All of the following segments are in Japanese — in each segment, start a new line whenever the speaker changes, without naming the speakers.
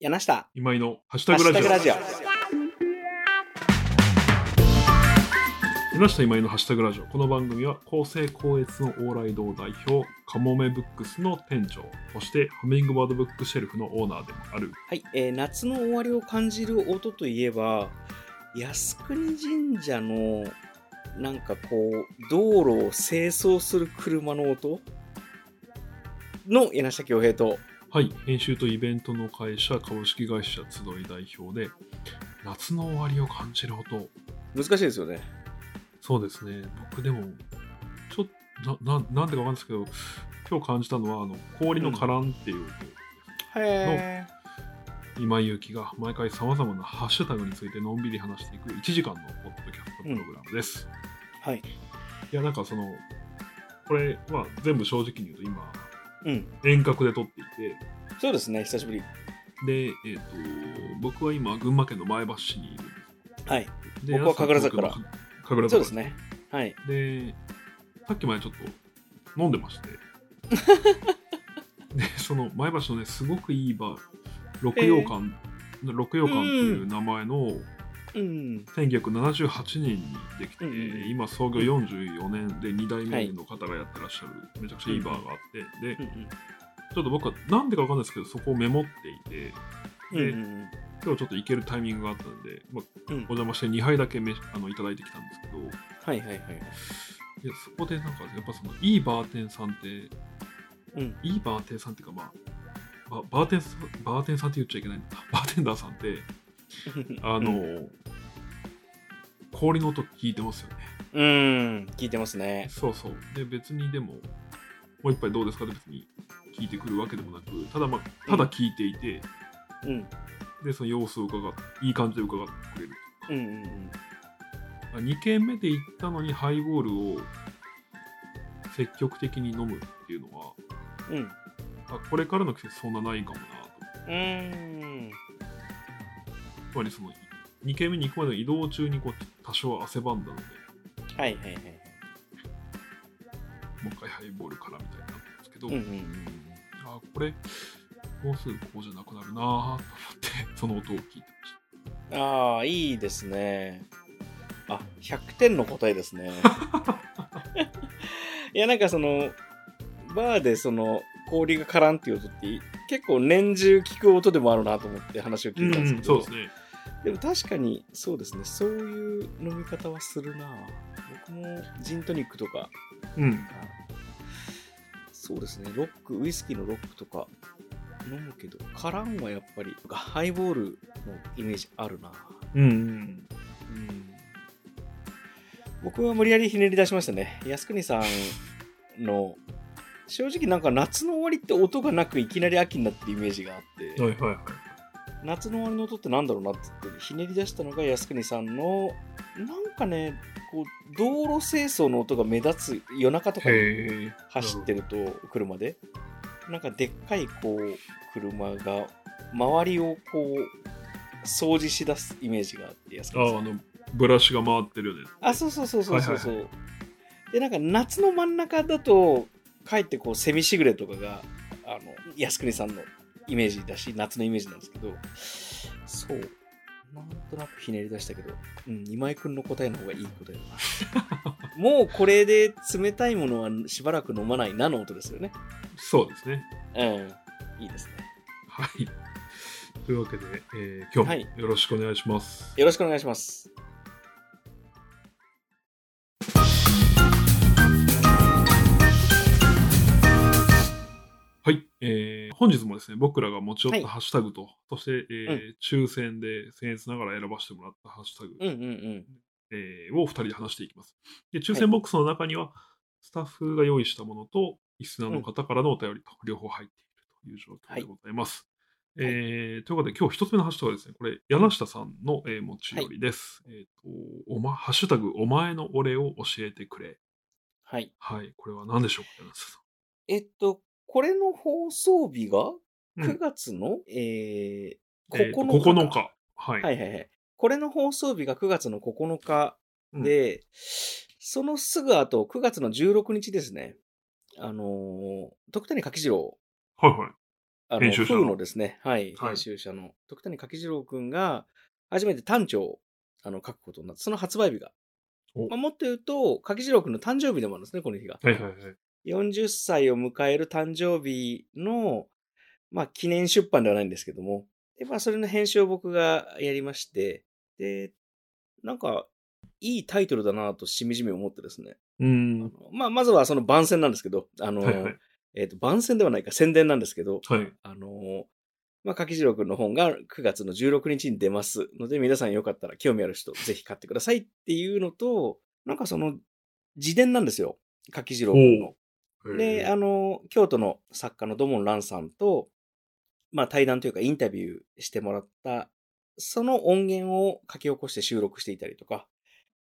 柳下、
今井のハッシ
ハッ
ュ
シ
タグ
ュタ
ラジ
グ
オ。
ラジオ。
柳下今井のハッシュタグラジオ。この番組は、厚生高越の往来堂代表、カモメブックスの店長、そしてハミングバードブックシェルフのオーナーでもある。
はい、えー夏の終わりを感じる音といえば、靖国神社の、なんかこう、道路を清掃する車の音の柳下恭平と、
はい、編集とイベントの会社、株式会社集い代表で、夏の終わりを感じる音。
難しいですよね。
そうですね、僕でも、ちょっと、な、ななんでかわかんないですけど、今日感じたのは、あの、氷のカランっていう音。
へー。
今井ゆきが毎回さまざまなハッシュタグについてのんびり話していく1時間のポッドキャストプログラムです。
はい。
いやなんかそのこれは全部正直に言うと今
うん。
遠隔で撮っていて
そうですね、久しぶり。
で、えっと僕は今群馬県の前橋市にいるん
はい。
です。で
僕は神楽坂
やすは神楽坂
そうです。ね。はい。
でさっきまでちょっと飲んで まして。でその前橋のねすごくいいバー六洋館、六洋館っていう名前の、
うん。
1978年にできて、
うんうんうん
今創業44年で2代目の方がやってらっしゃる、めちゃくちゃいいバーがあって、で
うんうん
ちょっと僕はなんでかわかんないですけどそこをメモっていて
うん
で
うん
今日ちょっと行けるタイミングがあったんで、まあ、
う
お
ん。
邪魔して2杯だけめあのいただいてきたんですけど
はいはいはいはい。
いやそこでなんかやっぱそのいいバーテンさんってい
うん。
いバーテンさんっていうかまあババーテンさんバーテンさんって言っちゃいけないんだバーテンダーさんってあの、氷の音聞いてますよね
うん、うん聞いてますね。
そうそう。で、別にでも、もう一杯どうですかって別に聞いてくるわけでもなく、ただまあ、ただ聞いていて、
うん。
で、その様子を伺って、いい感じで伺ってくれる。
うんうんうん。
あ2軒目で行ったのにハイボールを積極的に飲むっていうのは、
うん。
あこれからの季節そんなないかもなと。
うーん。
つまりその、2軒目に行くまでの移動中にこう多少汗ばんだので、
はいはいはいはい。
もう一回ハイボールからみたいになったんですけど、
うんうんうん
あこれ、もうすぐここじゃなくなるなぁと思って、その音を聞いてました。
うん。ああ、いいですね。あ、100点の答えです ね。いや、なんかその、バーでその、氷がからんっていう音って、結構年中聞く音でもあるなと思って話を聞いたんですけど、
そうですね。
でも確かにそうですねそういう飲み方はするな僕もジントニックとか
うん。
そうですねロックウイスキーのロックとか飲むけどカランはやっぱりハイボールのイメージあるな
うん。
うん僕は無理やりひねり出しましたね靖国さんの正直なんか夏の終わりって音がなくいきなり秋になってるイメージがあって、
はいはいはい。
夏の終わりの音ってなんだろうなって言ってひねり出したのが靖国さんのなんかねこう道路清掃の音が目立つ夜中とかに
へえ。
走ってると車でなんかでっかいこう車が周りをこう掃除しだすイメージがあって靖
あ
国さん
あの、ブラシが回ってるよね。
あそうそうそうそうそうそう、
は
でなんか夏の真ん中だとかえってこうセミシグレとかがあの靖国さんのイメージだし夏のイメージなんですけどそうなんとなくひねり出したけど、うん、今井君の答えの方がいい答えだ なもうこれで冷たいものはしばらく飲まないなの音ですよね
そうですね。
うんいいですね
はい。というわけで、えー今
は
日
い
もよろしくお願いします。
よろしくお願いします
はい、えー本日もですね、僕らが持ち寄っ
はい
たハッシュタグと、そして、えー抽選で僭越ながら選ばせてもらったハッシュタグ、
うんうんうん
えーを2人で話していきます。で、抽選ボックスの中には、スタッフが用意したものと、リスナーの方からのお便りと、両方入っているという状況でございます。
い
えーということで、今日1つ目のハッシュタグはですね、これ、柳下さんの、えー持ち寄りです。えーとおま、ハッシュタグ、お前の俺を教えてくれ。
はい
はい、これは何でしょうか、柳下さ
えっとこれの放送日が
ん。うん
9月の、えー
えーと
9日。
9日。はい。
はいはいはい。これの放送日が9月の9日で、そのすぐ後、9月の16日ですね。あのー、徳谷柿次郎
はいはい。
あの、
編集者の
風のですね、はい、
はい
編集者の徳谷柿次郎くんが、初めて短調をあの書くことになって、その発売日が。
お
まあ、もっと言うと、柿次郎くんの誕生日でもあるんですね、この日が。
はいはいはい。
40歳を迎える誕生日の、まあ、記念出版ではないんですけども、で、まあ、それの編集を僕がやりまして、で、なんか、いいタイトルだなとしみじみ思ってですね。
う
あ
ん。
のまあ、まずはその番宣なんですけど、あの、
はいはい。
えっ、と、番宣ではないか、宣伝なんですけど、
はい。
あのーまあ、柿次郎くんの本が9月の16日に出ますので、皆さんよかったら興味ある人、ぜひ買ってくださいっていうのと、なんかその、自伝なんですよ。柿次郎くんの。
え
で、
ー
あの、京都の作家の土門蘭さんと、まあ、対談というかインタビューしてもらった、その音源を書き起こして収録していたりとか、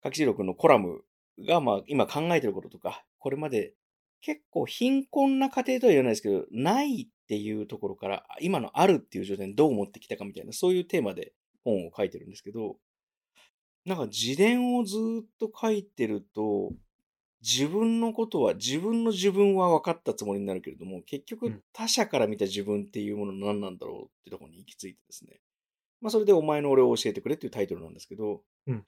柿次郎くんのコラムが、まあ、今考えてることとか、これまで結構貧困な家庭とは言わないですけど、ないっていうところから、今のあるっていう状態にどう持ってきたかみたいな、そういうテーマで本を書いてるんですけど、なんか自伝をずーっと書いてると、自分のことは自分の自分は分かったつもりになるけれども結
う
局
ん
他者から見た自分っていうものは何なんだろうってところに行き着いてですねまあそれで「お前の俺を教えてくれ」っていうタイトルなんですけど
うん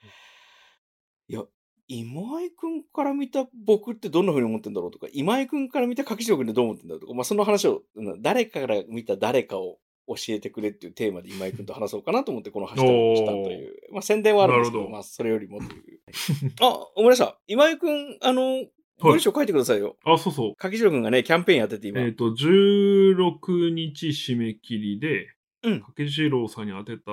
今井君から見た僕ってどんな風に思ってんだろうとか今井君から見た柿城君ってどう思ってんだろうとかまあその話をうん誰かから見た誰かを教えてくれっていうテーマで今井君と話そうかなと思ってこのハッシュタグをしたというまあ宣伝はあるんですけど
なるほど
まあそれよりもというあ思い出した今井君あの
はい
文章書いてくださいよ。
あ、そうそう。
柿次郎くんがね、キャンペーンやってて今。
えっ、と、16日締め切りで、
うん
掛次郎さんに当てた、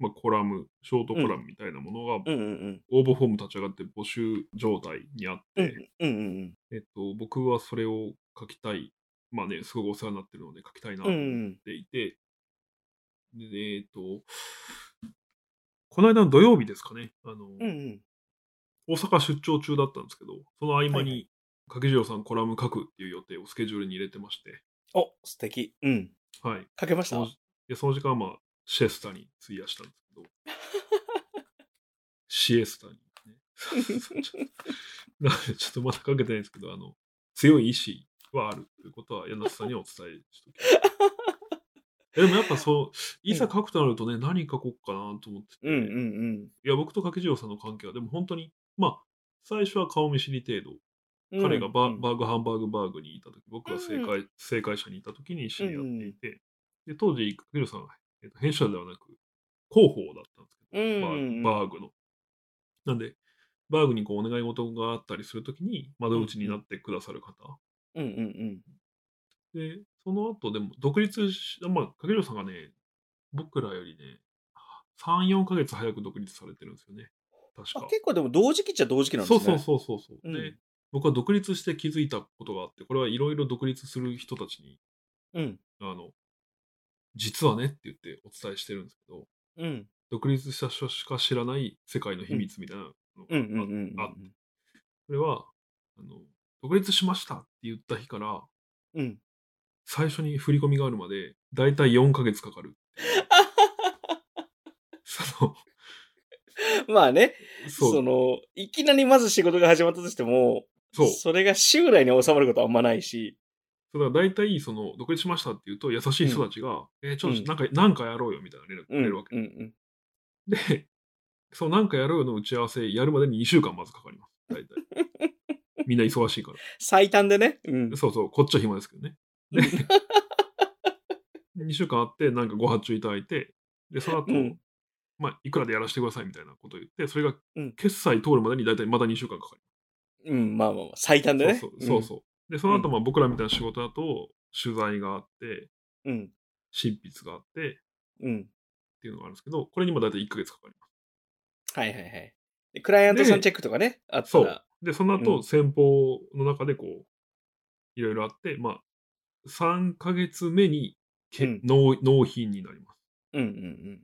まあ、コラム、ショートコラムみたいなものが、
うんうんうん。
応募フォーム立ち上がって募集状態にあって、
うんうんうん
えっと、僕はそれを書きたい。まあね、すごくお世話になってるので書きたいな
う
と
ん。う
思っ
ん
ていて、でえっと、この間の土曜日ですかね、あの、
うんうん。
大阪出張中だったんですけど、その合間
はいは
に、掛次郎さんコラム書くっていう予定をスケジュールに入れてまして、
お、素敵。うん。
はい。
書けまし
そ
た
のいやその時間はまあ、シエスタに費やしたんです けど、シエスタに、ね。 なので、ちょっとまだかけてないんですけど、あの、強い意志はあるということは、柳瀬さんにはお伝えしておき ます。でもやっぱそう、いざ書くとなるとね、何書こうかなと思ってて、
うんうん
いや、僕と柿次郎さんの関係は、でも本当に、まあ、最初は顔見知り程度、
うん。
彼がバ,、
うん
バーグハンバーグバーグにいた時僕が正解,、正解者にいた時に知り合っていて、で当時クビルさんは、えっと編集者ではなく広報だったんです
うん
け
う
ど、
ん。
バーバーグのなんでバーグにこうお願い事があったりする時に窓口になってくださる方、
うんうんうん。
でその後でも独立しまあ影さんがね僕らよりね34ヶ月早く独立されてるんですよね確
あ
か
結構でも同時期っちゃ同時期なんです
そう
ね。
そうそうそうそう、
う
で
ん
僕は独立して気づいたことがあってこれはいろいろ独立する人たちに
う。うん。
あの実はねって言ってお伝えしてるんですけど
うん。
独立した人しか知らない世界の秘密みたいなのが
うんうん
あっ
うんうん。
あそれはあの独立しましたって言った日から
うん。
最初に振り込みがあるまでだいたい4ヶ月かかる その
まあね、
そう
その、いきなりまず仕事が始まったとしても、
そう
それが将来に収まることはあんまないし、
そうだから大体その独立しましたって言うと優しい人たちが、えーちょ
う
っ
ん
となんか、なんかやろうよみたいな連絡く
うん。
れ
う
るわ
ん
け、
うん。
で、そう、なんかやろうよの打ち合わせやるまでに2週間まずかかります。大体。みんな忙しいから。
最短でね。 うん。
そうそう、こっちは暇ですけどね。で、2週間あって、なんかご発注いただいて、で、その後、
うん
まあ、いくらでやらせてくださいみたいなことを言って、それが
うん
決済通るまでに大体まだ2週間かか
うん、まあまあまあ、最短で
りま
ね。
す。そうそうそうそう。で、その後、まあ、僕らみたいな仕事だと、取材があって、
うん。うん。
執筆があって、っ
うん。
ていうのがあるんですけど、これにも大体1ヶ月かかります。
はいはいはい。でクライアントさん
で
チェックとかね、あった
そう
ら。。
で、その
うん
後、先方の中でこう、いろいろあって、まあ、3ヶ月目にけ、
うん
納納品になります。
うんうん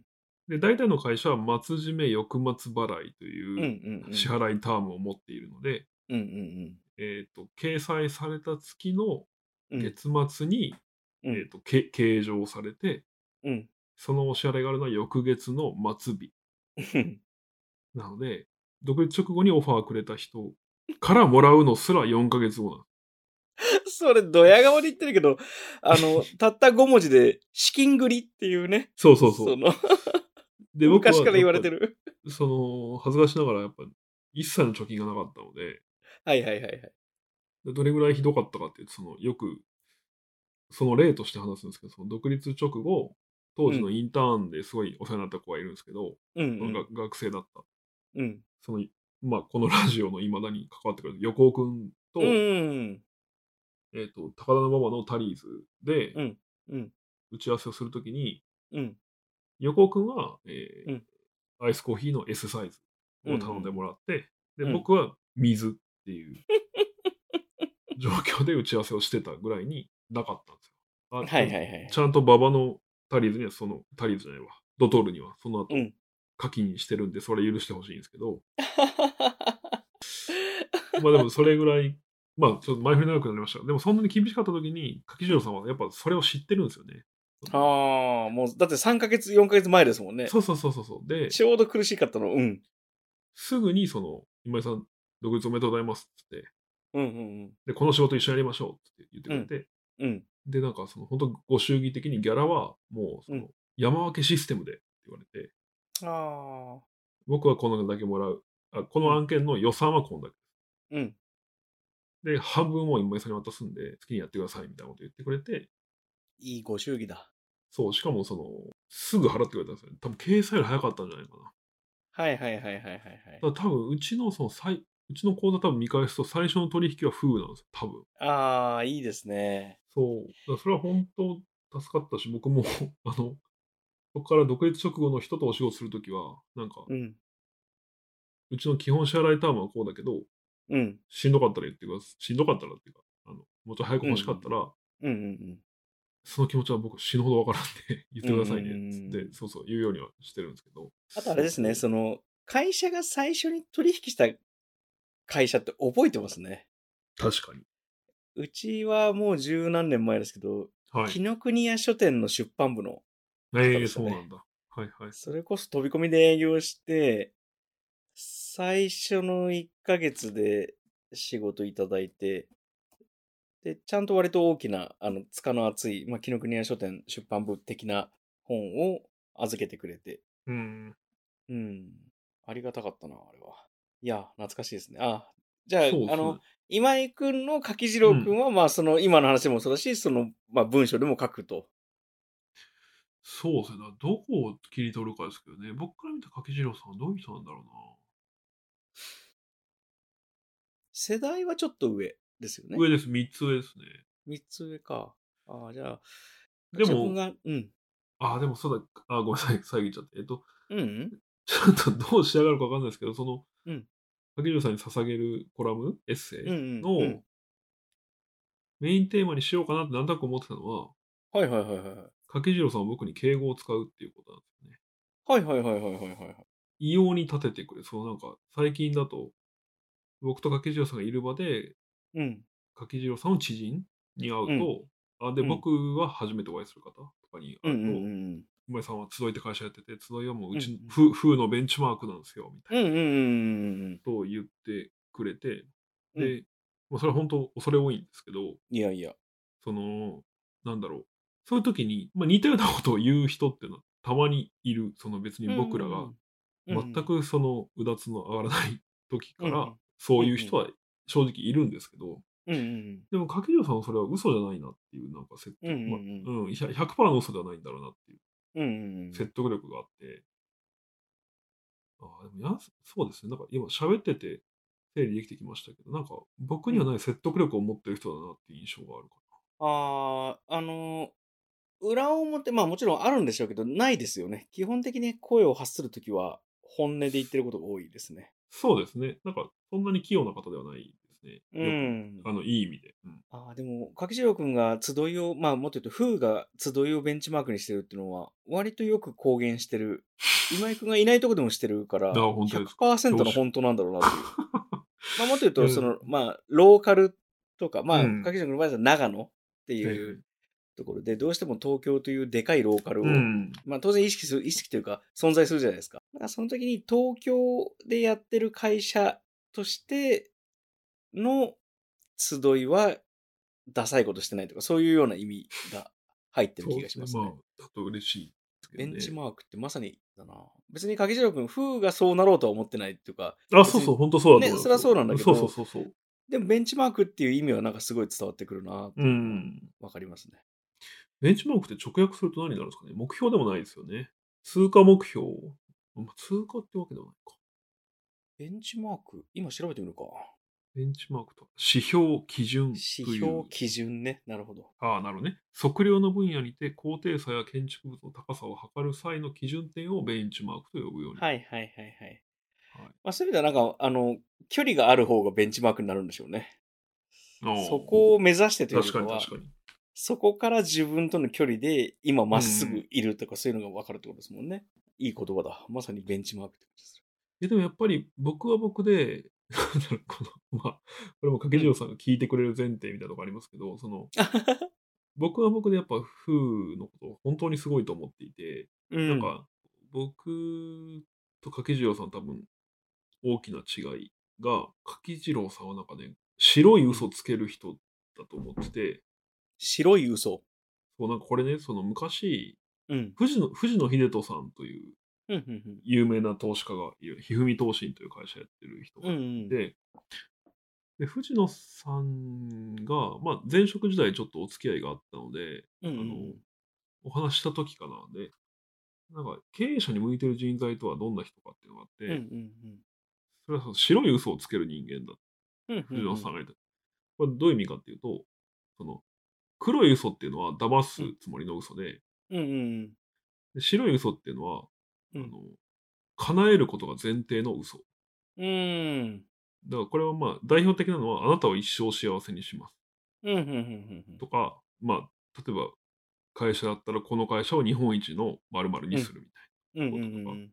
で、大体の会社は末締め翌末払いと
うん。うんう
いうん
うん。
支払いタームを持っているので、
うんうん
えっ、と、掲載された月
う
の
ん。うん
月末に、
うん
えっ、と、け計上されて、
うん
そのお支払いがあるのは翌月の末日。
うん。
なので、独立直後にオファーくれた人からもらうのすら4ヶ月後なんです
それ、ドヤ顔で言ってるけど、あ の、たった5文字で、資金繰りっていうね。
そうそうそう。
の
で僕は
昔から言われてる。
やっぱその、恥ずかしながらやっぱ、一切の貯金がなかったので、
はいはいはいはい。
でどれぐらいひどかったかっていうと、その、よく、その例として話すんですけど、その独立直後、当時のインターンですごいお世話になった子がいるんですけど、
うん、
そのが学生だった。
うん。うん。
その、まあ、このラジオの未だに関わってくれる横尾くんと、
うんうん。
えっ、と、高田馬場のタリーズで
うん、うん
打ち合わせをするときに、
うん。
横尾くんは、えー
うん
アイスコーヒーの S サイズを頼んでもらって、
んうん
で、僕は水っ ていう状況で打ち合わせをしてたぐらいになかったんですよ。あ
はいはいはい。
ちゃんと馬場のタリーズには、その、タリーズじゃないわ、ドトールには、その後
うん、
課金してるんで、それ許してほしいんですけど、 まあでもそれぐらい、まあちょっと前振り長くなりましたがでもそんなに厳しかった時に、柿次郎さんはやっぱそれを知ってるんですよね。
ああ、もう、だって3ヶ月、4ヶ月前ですもんね。
そうそうそうそうそう。で、
ちょうど苦しかったの。うん。
すぐにその、今井さん、独立おめでとうございますってって、
うんうん
で、この仕事一緒にやりましょうって言ってくれて、
うん。うん。
で、なんかその、本当ご祝儀的にギャラはもう、そうの、山分けシステムでって言われて、
ああ。
僕はこのだけもらう。あこの案件の予算はこんだけ。
うん。
で、半分を今井さんに渡すんで、好きにやってくださいみたいなこと言ってくれて、
いいご祝儀だ。
そう、しかもその、すぐ払ってくれたんですよね。多分、掲載より早かったんじゃないかな。
はいはいはいはいはいはい。
だから多分うちのその最うちの口座多分見返すと最初の取引は風なんですよ多分
ああ、いいですね。
そうだからそれは本当助かったし僕も あのそこから独立直後の人とお仕事するときはなんか
うん。
うちの基本支払いターンはこうだけど
うん。
しんどかったら言ってくださいしんどかったらっていうかあのもうちょい早く欲しかったら、
うんうん
その気持ちは僕死ぬほどわからんで 言ってくださいねっつって、
うんうんうん
そうそう言うようにはしてるんですけど
あとあれですね、その、会社が最初に取引した会社って覚えてますね。
確かに
うちはもう十何年前ですけど、
は
紀、
い
ノ国屋書店の出版部の、
ええ
で
ー、
す
そ
ね
うなんだはいはい
それこそ飛び込みで営業して、最初の1ヶ月で仕事いただいて、で、ちゃんと割と大きな、あの、塚の厚い、まあ、紀ノ国屋書店出版部的な本を預けてくれて、
うん
うん。ありがたかったな、あれは。いや、懐かしいですね。あ、じゃあ、
そうですね
あの、今井くんの柿次郎くんは、まあ、その、今の話でもそうだし、その、まあ、文章でも書くと。
そうですね。だからどこを切り取るかですけどね。僕から見た柿次郎さんはどういう人なんだろ
世代はちょっと上ですよ
うな。
ね。
上です。3つ上ですね。
三つ上か。ああ、じゃあ、
で
柿
も
次郎くんが、うん。
ああ、でもそうだ。あーごめんなさい。遮っちゃって。えっと、
うんうん。
ちょっとどう仕上がるかわかんないですけど、その、
うん
柿次郎さんに捧げるコラム、エッセ
うんう
イ
ん
の
うん
メインテーマにしようかなってなんとなく思ってたのは、
はいはいはいはい。
柿次郎さんは僕に敬語を使うっていうことなんですよね。
はいはいはいはいはいはいはい。
異様に立ててくれ。そのなんか、最近だと、僕と柿次郎さんがいる場で、
うん。
柿次郎さんの知人に会うと、あで、
うん
僕は初めてお会いする方とかに
う
会
ん
う
う
と、
んうん
梅さんは集いって会社やってて、集いはもううちの
うん
ふ、風のベンチマークなんですよ、みた
う
い
ん。う
なん
うんうんうん。
ことを言ってくれて、
うん
で、まあ、それは本当恐れ多いんですけど、
いやいや。
その、なんだろう、そういう時に、まあ、似たようなことを言う人っていうのはたまにいる、その別に僕らが、全くそのうだつの上がらない時か
うんう
ら
ん、
そういう人は正直いるんですけど、
うんうん
でも、柿城さんはそれは嘘じゃないなっていう、なんか説得、
うんうん
まあ
うん
うんひゃ100%の嘘ではないんだろうなってい
うん。うんうんうん
う。説得力があって、ああ、でもやす、そうですね、なんか今喋ってて整理できてきましたけど、なんか僕にはない説得力を持ってる人だなっていう印象があるか
ああ、あのー、裏表、まあもちろんあるんでしょうけど、ないですよね。基本的に声を発するときは、本音で言ってることが多いですね。
ら。そうですね、なんかそんなに器用な方ではないです
う
ね。よ
ん
く。あの、いい意味で。うん
ああ、でも、柿次郎くんが集いを、まあもっと言うと、風が集いをベンチマークにしてるっていうのは、割とよく公言してる。今井くんがいないとこでもしてるから、
ああ本当です
100%の本当なんだろうな っていう。まあもっと言う
う
と、
ん
その、まあ、ローカルとか、まあ、
うん
柿次郎くんの場合は長野って
はい
い
は
う
い
ところで、どうしても東京というでかいローカルを、
うん。
まあ当然意識する、意識というか存在するじゃないですか。だからその時に東京でやってる会社としての集いはダサいことしてないとか、そういうような意味が入ってる気がしますね。
そうあ、だと嬉しいですけ
ベ
どね。
ンチマークってまさにだな。別に柿次郎君、風がそうなろうとは思ってないっていうか、
あ、そうそう、本当そうだと思
ねそりゃそうなんだけど
そうそうそうそう。
でもベンチマークっていう意味はなんかすごい伝わってくるな、
うん。
わかりますね。
ベンチマークって直訳すると何になるんですかね目標でもないですよね。通過目標。まあ通過ってわけではないか。
ベンチマーク、今調べてみるか。
ベンチマークとは指標、基準という。
指標、基準ね。なるほど。
ああ、なるほどね。測量の分野にて高低差や建築物の高さを測る際の基準点をベンチマークと呼ぶように。
はいはいはいはい。
はい
まあ、そういう意味ではなんか、あの、距離がある方がベンチマークになるんでしょうね。
ああ
そこを目指してというより
確
か
か
は
に確かに。
そこから自分との距離で今まっす
うんう
ぐ
ん
いるとかそういうのが分かるってことですもんね。いい言葉だ。まさにベンチマークってことです
いやでもやっぱり僕は僕で、 なんだろうこの、まあ、これも掛城さんが聞いてくれる前提みたいなとこありますけど、その、
る。
僕は僕でやっぱ風のことを本当にすごいと思っていて、
うん
なんか、僕と柿次郎さん多分、大きな違いが、柿次郎さんはなんかね、白い嘘つける人だと思ってて、
白い嘘。
そうなんかこれね、その昔、
うん。
藤野藤野秀人さんという
うんうん
有名な投資家がいる、ひふみ投信という会社やってる人
うん。う
が
んうん。
で、で藤野さんが、まあ、前職時代ちょっとお付き合いがあったので、
うんう
あ
ん
の
うん
お話しした時かなで、なんか経営者に向いてる人材とはどんな人かっていうのがあって、
うんうん
それはその白い嘘をつける人間だ。
うん。うんうん
藤
う
野
ん
さんが言った。これどういう意味かっていうと、その黒い嘘っていうのは騙すつもりの嘘で、
うんうん
で白い嘘っていうのは、
う
あ
ん
の叶えることが前提の嘘。
うん。うん。
だからこれはまあ代表的なのは、あなたを一生幸せにします。
うんうんうんうんうん
とか、まあ、例えば会社だったらこの会社を日本一の〇〇にするみたい
うんうんうんうん。
な。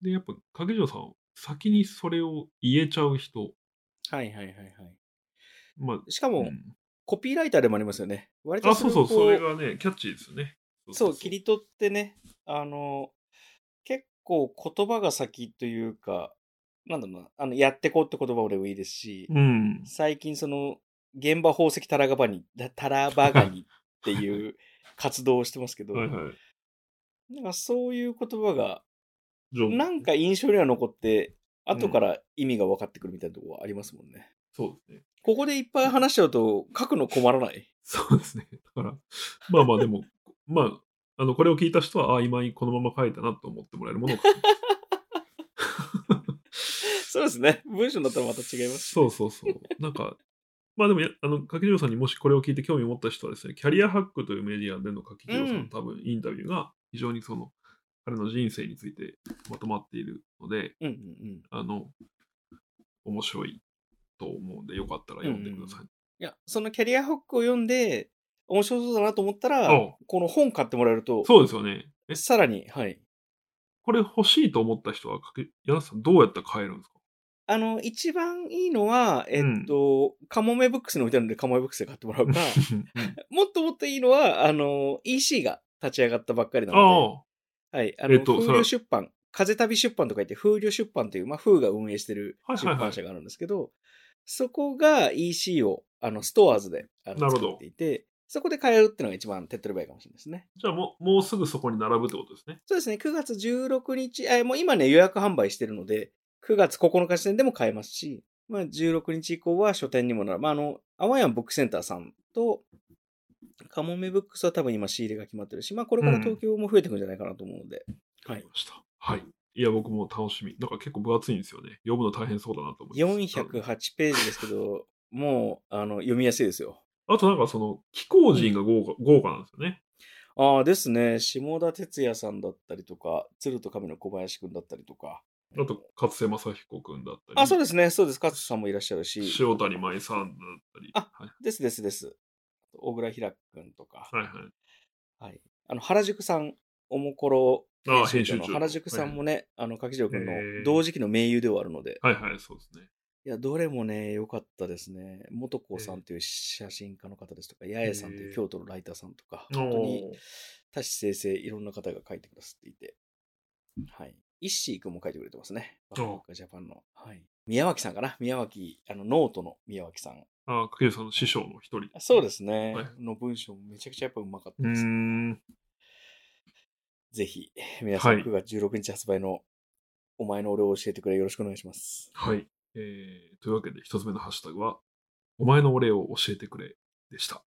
で、やっぱ影城さんは先にそれを言えちゃう人。
はいはいはいはい。
まあ、
しか
う
も、
ん
コピーライターでもありますよね。割と
あ、そうそう、
れをこ
それがね、キャッチーですよね。
そう、切り取ってね、あの、結構言葉が先というか、なんだろうな、あの、やってこうって言葉でもいいですし、
うん。
最近その、現場宝石タラガバニ、だタラバガニって いう活動をしてますけど、
はいはい。
なんかそういう言葉が、
ジョン
なんか印象には残って、
ん
後から意味が分かってくるみたいなところはありますもんね。
そうですね。
ここでいっぱい話しちゃうと書くの困らない。
そうですね。だから、まあまあでも、まあ、あの、これを聞いた人は、ああ、今このまま書いたなと思ってもらえ るものを書いて
そうですね。文章だったらまた違います。
そうそうそう。なんか、まあでもや、あの、柿次郎さんにもしこれを聞いて興味を持った人はですね、キャリアハックというメディアでの柿次郎さんの
うん
多分インタビューが非常にその、彼の人生についてまとまっているので、
うんうんうん。
あの、面白いと思うんで、よかったら読んでください。
いや、そのキャリアホックを読んで、面白そうだなと思った
あ
ら、この本買ってもらえると、
そうですよね。え、
さらに、はい。
これ欲しいと思った人は、柿柳さんどうやったら買えるんですか
あの、一番いいのは、えっと、カモメブックスに置いてあるんで、カモメブックスで買ってもらう か、もっともっといいのは、あの、EC が立ち上がったばっかりなの
あ
で、
あ、
はい、あの、
えっと
風
それ
流出版、風旅出版とか言って、風流出版という、まあ、風が運営してる
はいはい
出
はい
版社があるんですけど、そこが EC を、あの、ストアーズで、あの、
なるほど
作っていて、そこで買えるってのが一番手っ取り早いかもしれないですね。
じゃあもう、もうすぐそこに並ぶってことですね。
そうですね、9月16日、えもう今ね、予約販売してるので、9月9日時点でも買えますし、まあ、16日以降は書店にもなる。まあ、あの、アワヤンブックセンターさんと、カモメブックスは多分今仕入れが決まってるし、まあ、これから東京も増えていくんじゃないかなと思うので。はい
ま。した。はい。いや、僕も楽しみ。なんか結構分厚いんですよね。読むの大変そうだなと思います。
408ページですけど、もう、あの、読みやすいですよ。
あとなんかその、気候人が豪華,、豪華なんですよね。
ああ、ですね。下田哲也さんだったりとか、鶴と神の小林くんだったりとか。
あと、勝瀬正彦君だったり。
あ、そうですね。そうです。勝さんもいらっしゃるし。
塩谷舞さんだったり。
あ
はい、
ですですです。小倉平君とか、
はいはい。
はい、あの原宿さん、おもころ
ああ
編集長の
編集長
原宿さんもね、あの柿城君の
へえ
同時期の盟友ではあるので、
はいはい、そうですね。
いや、どれもね、良かったですね。元子さんという写真家の方ですとか、八重さんとい
へ
う
え
京都のライターさんとか、
お
本当に
ー
多士生成いろんな方が書いてくださっていて、はい。イッシー君も書いてくれてますね。
お
バックパッカージャパンの。はい。宮脇さんかな宮脇、あの、ノートの宮脇さん。
ああ、かけるさんの師匠の一人。
あそうですね。
はい
の文章もめちゃくちゃやっぱうまかっ
う
た
ー
です。
ん。
ぜひ、皆さん
はい
9月16日発売の、お前の俺を教えてくれよろしくお願いします。
はい。えー、というわけで、一つ目のハッシュタグは、お前のお礼を教えてくれでした。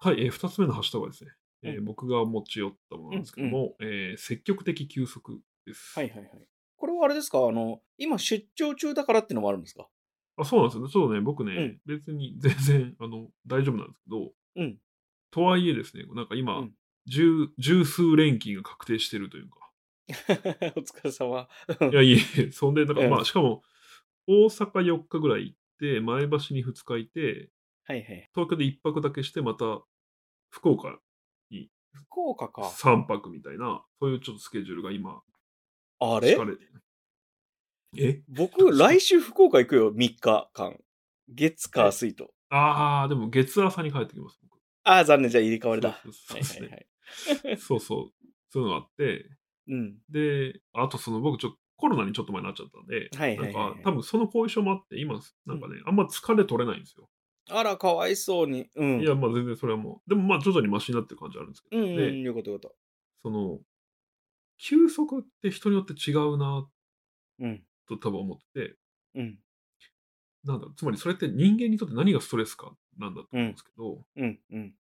はい、えー、二つ目のハッシュタグはですね、えー
うん
僕が持ち寄ったものなんですけども、えー積極的休息です。
はいはいはい。これはあれですかあの、今出張中だからってのもあるんですか
あそうなんですよね。ちょっとね、僕ね、
うん
別に全然あの大丈夫なんですけど、
うん
とはいえですね、なんか今、
うん
十十数連勤が確定してるというか、
お疲れ様。
いや、いえいえ、そんで、なんか、
うん
まあ、しかも、大阪4日ぐらい行って、前橋に2日いて、
はいはい。
東京で1泊だけして、また、福岡
福岡か。
3泊みたいな、そういうちょっとスケジュールが今、
あれ
疲れて。え
僕、来週福岡行くよ、3日間。月、火、水と。
あー、でも月朝に帰ってきます、僕。
ああ、残念、じゃあ入れ替わりだ。は
そうそう
い
そう
はいはい。
そうそう。そういうのがあって、
うん。
で、あとその僕ちょっとコロナにちょっと前になっちゃったんで、
はいはいはいはい
なんか多分その後遺症もあって、今、なんかね、あんま疲れ取れないんですよ。
あら、かわいそうに。うん。
いや、まあ全然それはもう、でもまあ徐々にマシになってる感じあるんですけ
うん、
ど、
うん、
で
よかったよかっ
その、休息って人によって違うな
た。うん。
と多分思ってて、
うん。
なんだろうつまりそれって人間にとって何がストレスかなんだと思うんですけど、
うん。うん。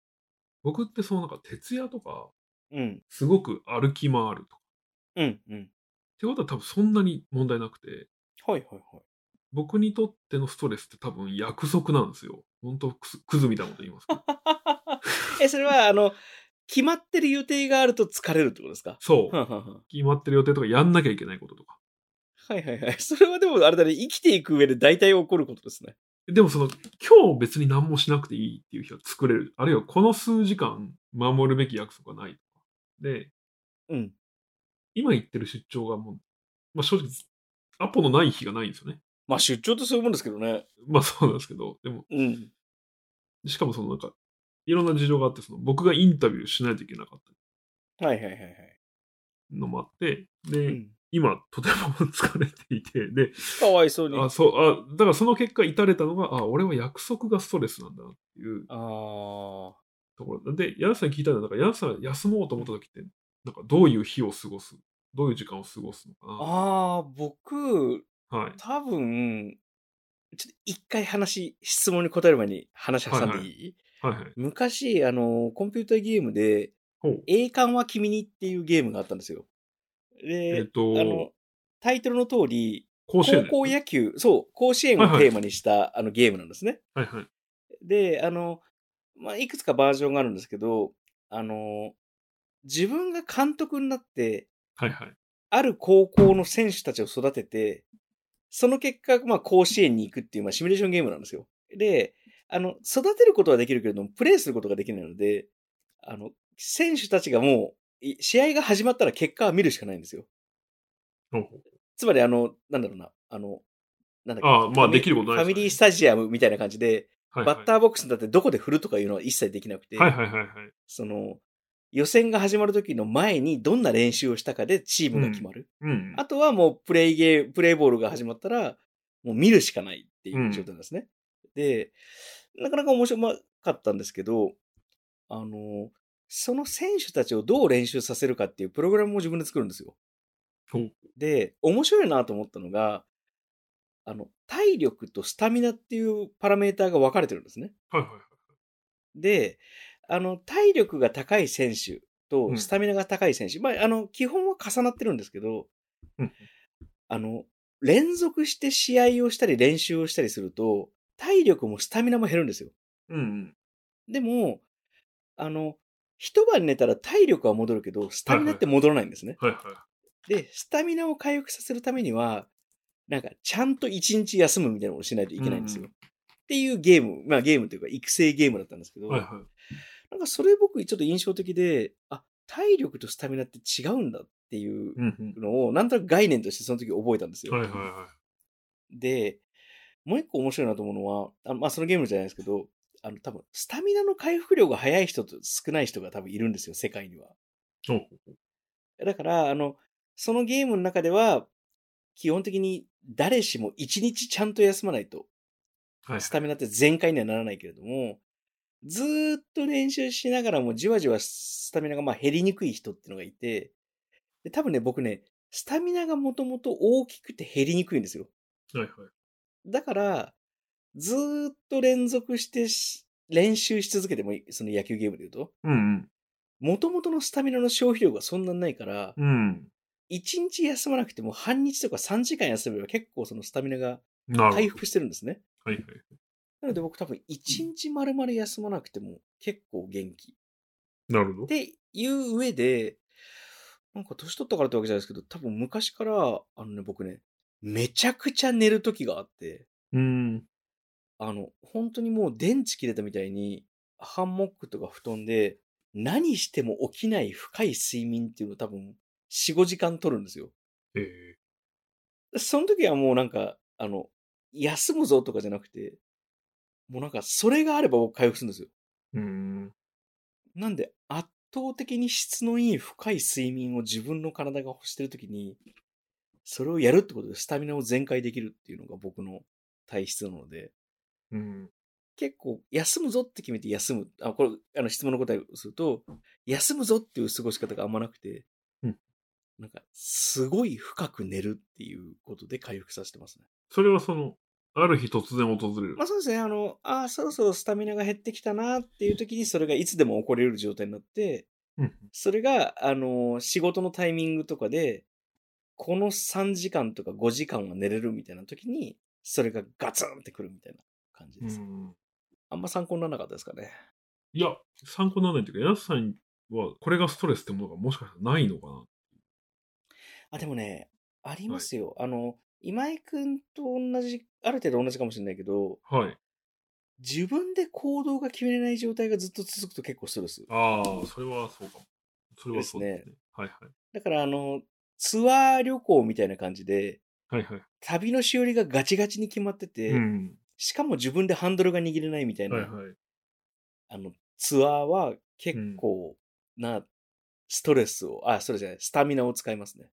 僕ってそのなんか徹夜とか、
うん。
すごく歩き回るとか。
うん。うん。
ってことは多分そんなに問題なくて、
はいはいはい。
僕にとってのストレスって多分約束なんですよ。本当クズクズみたいなこと言いますけど。
え、それは、あの、決まってる予定があると疲れるってことですか
そ
は
う。
んはんはん
決まってる予定とかやんなきゃいけないこととか。
はいはいはい。それはでも、あれだね、生きていく上で大体起こることですね。
でもその、今日別に何もしなくていいっていう日は作れる。あるいはこの数時間守るべき約束がないとか。で、
うん。
今行ってる出張がもう、まあ正直、アポのない日がないんですよね。
まあ、出張ってそういうもんですけどね。
まあそうなんですけど、でも、
うん。
しかもそのなんか、いろんな事情があって、その僕がインタビューしないといけなかっ
はいはいはいはい。
たのもあって、で、
うん。
今とても 疲れていて、で、
かわいそうに。
あ、そう、あ、だからその結果至れたのが、あ、俺は約束がストレスなんだなっていう
あ
ところ。で、ヤンさんに聞いたのは、だからヤンさん休もうと思った時って、なんかどういう日を過ごす、どういう時間を過ごすの
あ。
か
ああ、僕、
な。はい。
多分、ちょっと一回話、質問に答える前に話挟んでいい、
はいはい。
昔、あの、コンピューターゲームで、
ほう。
栄冠は君にっていうゲームがあったんですよ。
え
で
っ、と
あの、タイトルの通り、
甲
高
子園ね。
校野球、そう、甲子園を
はいはい
テーマにした、あのゲームなんですね。
はいはい。
で、あの、まあ、いくつかバージョンがあるんですけど、あの、自分が監督になって、
はいはい。
ある高校の選手たちを育てて、その結果、まあ、甲子園に行くっていう、まあ、シミュレーションゲームなんですよ。で、あの、育てることはできるけれども、プレイすることができないので、あの、選手たちがもう、い試合が始まったら結果は見るしかないんですよ。
ほうほう
つまり、あの、なんだろうな、あの、なんだっけ。
ああまあ
ファミ
できることないですね
ファミリースタジアムみたいな感じで、
はいはい
バッターボックスに立ってどこで振るとかいうのは一切できなくて、
はいはいはいはい。
その、予選が始まる時の前にどんな練習をしたかでチームが決まる。
うん。
あとはもうプレイゲー、プレイボールが始まったら、もう見るしかないっていう状態なんですね。で、なかなか面白かったんですけど、あの、その選手たちをどう練習させるかっていうプログラムも自分で作るんですよ
ほう。
で、面白いなと思ったのが、あの、体力とスタミナっていうパラメーターが分かれてるんですね。
はいはいはい。
で、あの、体力が高い選手
う
と
ん
スタミナが高い選手、まあ、あの、基本は重なってるんですけど、
うん
あの、連続して試合をしたり練習をしたりすると、体力もスタミナも減るんですよ。
うんうん。
でも、あの、一晩寝たら体力は戻るけど、スタミナって戻らないんですね。
はいはい。
で、スタミナを回復させるためには、なんか、ちゃんと一日休むみたいなことをしないといけないんですよ。
う
っていうゲーム、まあゲームというか育成ゲームだったんですけど、
はいはい。
なんかそれ僕ちょっと印象的で、あ、体力とスタミナって違うんだっていう
うん
のを、なんとなく概念としてその時覚えたんです
う
よ。
ん。はいはいはい。
で、もう一個面白いなと思うのは、あまあそのゲームじゃないですけど、あの、多分、スタミナの回復量が早い人と少ない人が多分いるんですよ、世界には。
ほうほうほう
だから、あの、そのゲームの中では、基本的に誰しも一日ちゃんと休まないと、
はい
スタミナって全開にはならないけれども、ずーっと練習しながらもじわじわスタミナがまあ減りにくい人っていうのがいて、で多分ね、僕ね、スタミナがもともと大きくて減りにくいんですよ。
はいはい。
だから、ずーっと連続してし練習し続けてもいい、その野球ゲームで言うと、
うん
もともとのスタミナの消費量がそんなにないから、
うん。
一日休まなくても半日とか3時間休めば結構そのスタミナが
うん。なるほど。はい
回復してるんですね。
はい。
なので僕多分一日丸々休まなくても結構元気。
なるほ
っ
ど。
ていう上で、なんか年取ったからってわけじゃないですけど、多分昔から、あのね、僕ね、めちゃくちゃ寝る時があって、
うん。
あの、本当にもう電池切れたみたいに、ハンモックとか布団で、何しても起きない深い睡眠っていうのを多分、4、5時間取るんですよ。
ええ
その時はもうなんか、あの、休むぞとかじゃなくて、もうなんか、それがあれば僕回復するんですよ。
うん。
なんで、圧倒的に質のいい深い睡眠を自分の体が欲してる時に、それをやるってことでスタミナを全開できるっていうのが僕の体質なので、
うん。
結構休むぞって決めて休む。あ、これ、あの質問の答えをすると、休むぞっていう過ごし方があんまなくて、
うん
なんか、すごい深く寝るっていうことで回復させてますね。
それはその、ある日突然訪れる
まあ。そうですね、あの、あーそろそろスタミナが減ってきたなっていう時にそれがいつでも起こり得る状態になって、
うん
それが、あのー仕事のタイミングとかで、この3時間とか5時間は寝れるみたいな時に、それがガツンってくるみたいな感じ
う
です。
ん。
あんま参考にならなかったですかね。
いや、参考にならないというか、柳瀬さんは、これがストレスってものがもしかしたらないのかな。
あ、でもね、ありますよ。あの、今井くんと同じ、ある程度同じかもしれないけど、
はい。
自分で行動が決めれない状態がずっと続くと結構ストレス。
ああ、それはそうかも。それはそうですね。はいはい。
だから、あの、ツアー旅行みたいな感じで、
はいはい。
旅のしおりがガチガチに決まってて、
うん。
しかも自分でハンドルが握れないみたいな、
はいはい。
あのツアーは結構なストレスを、あ、ストレスじゃない、スタミナを使いますね。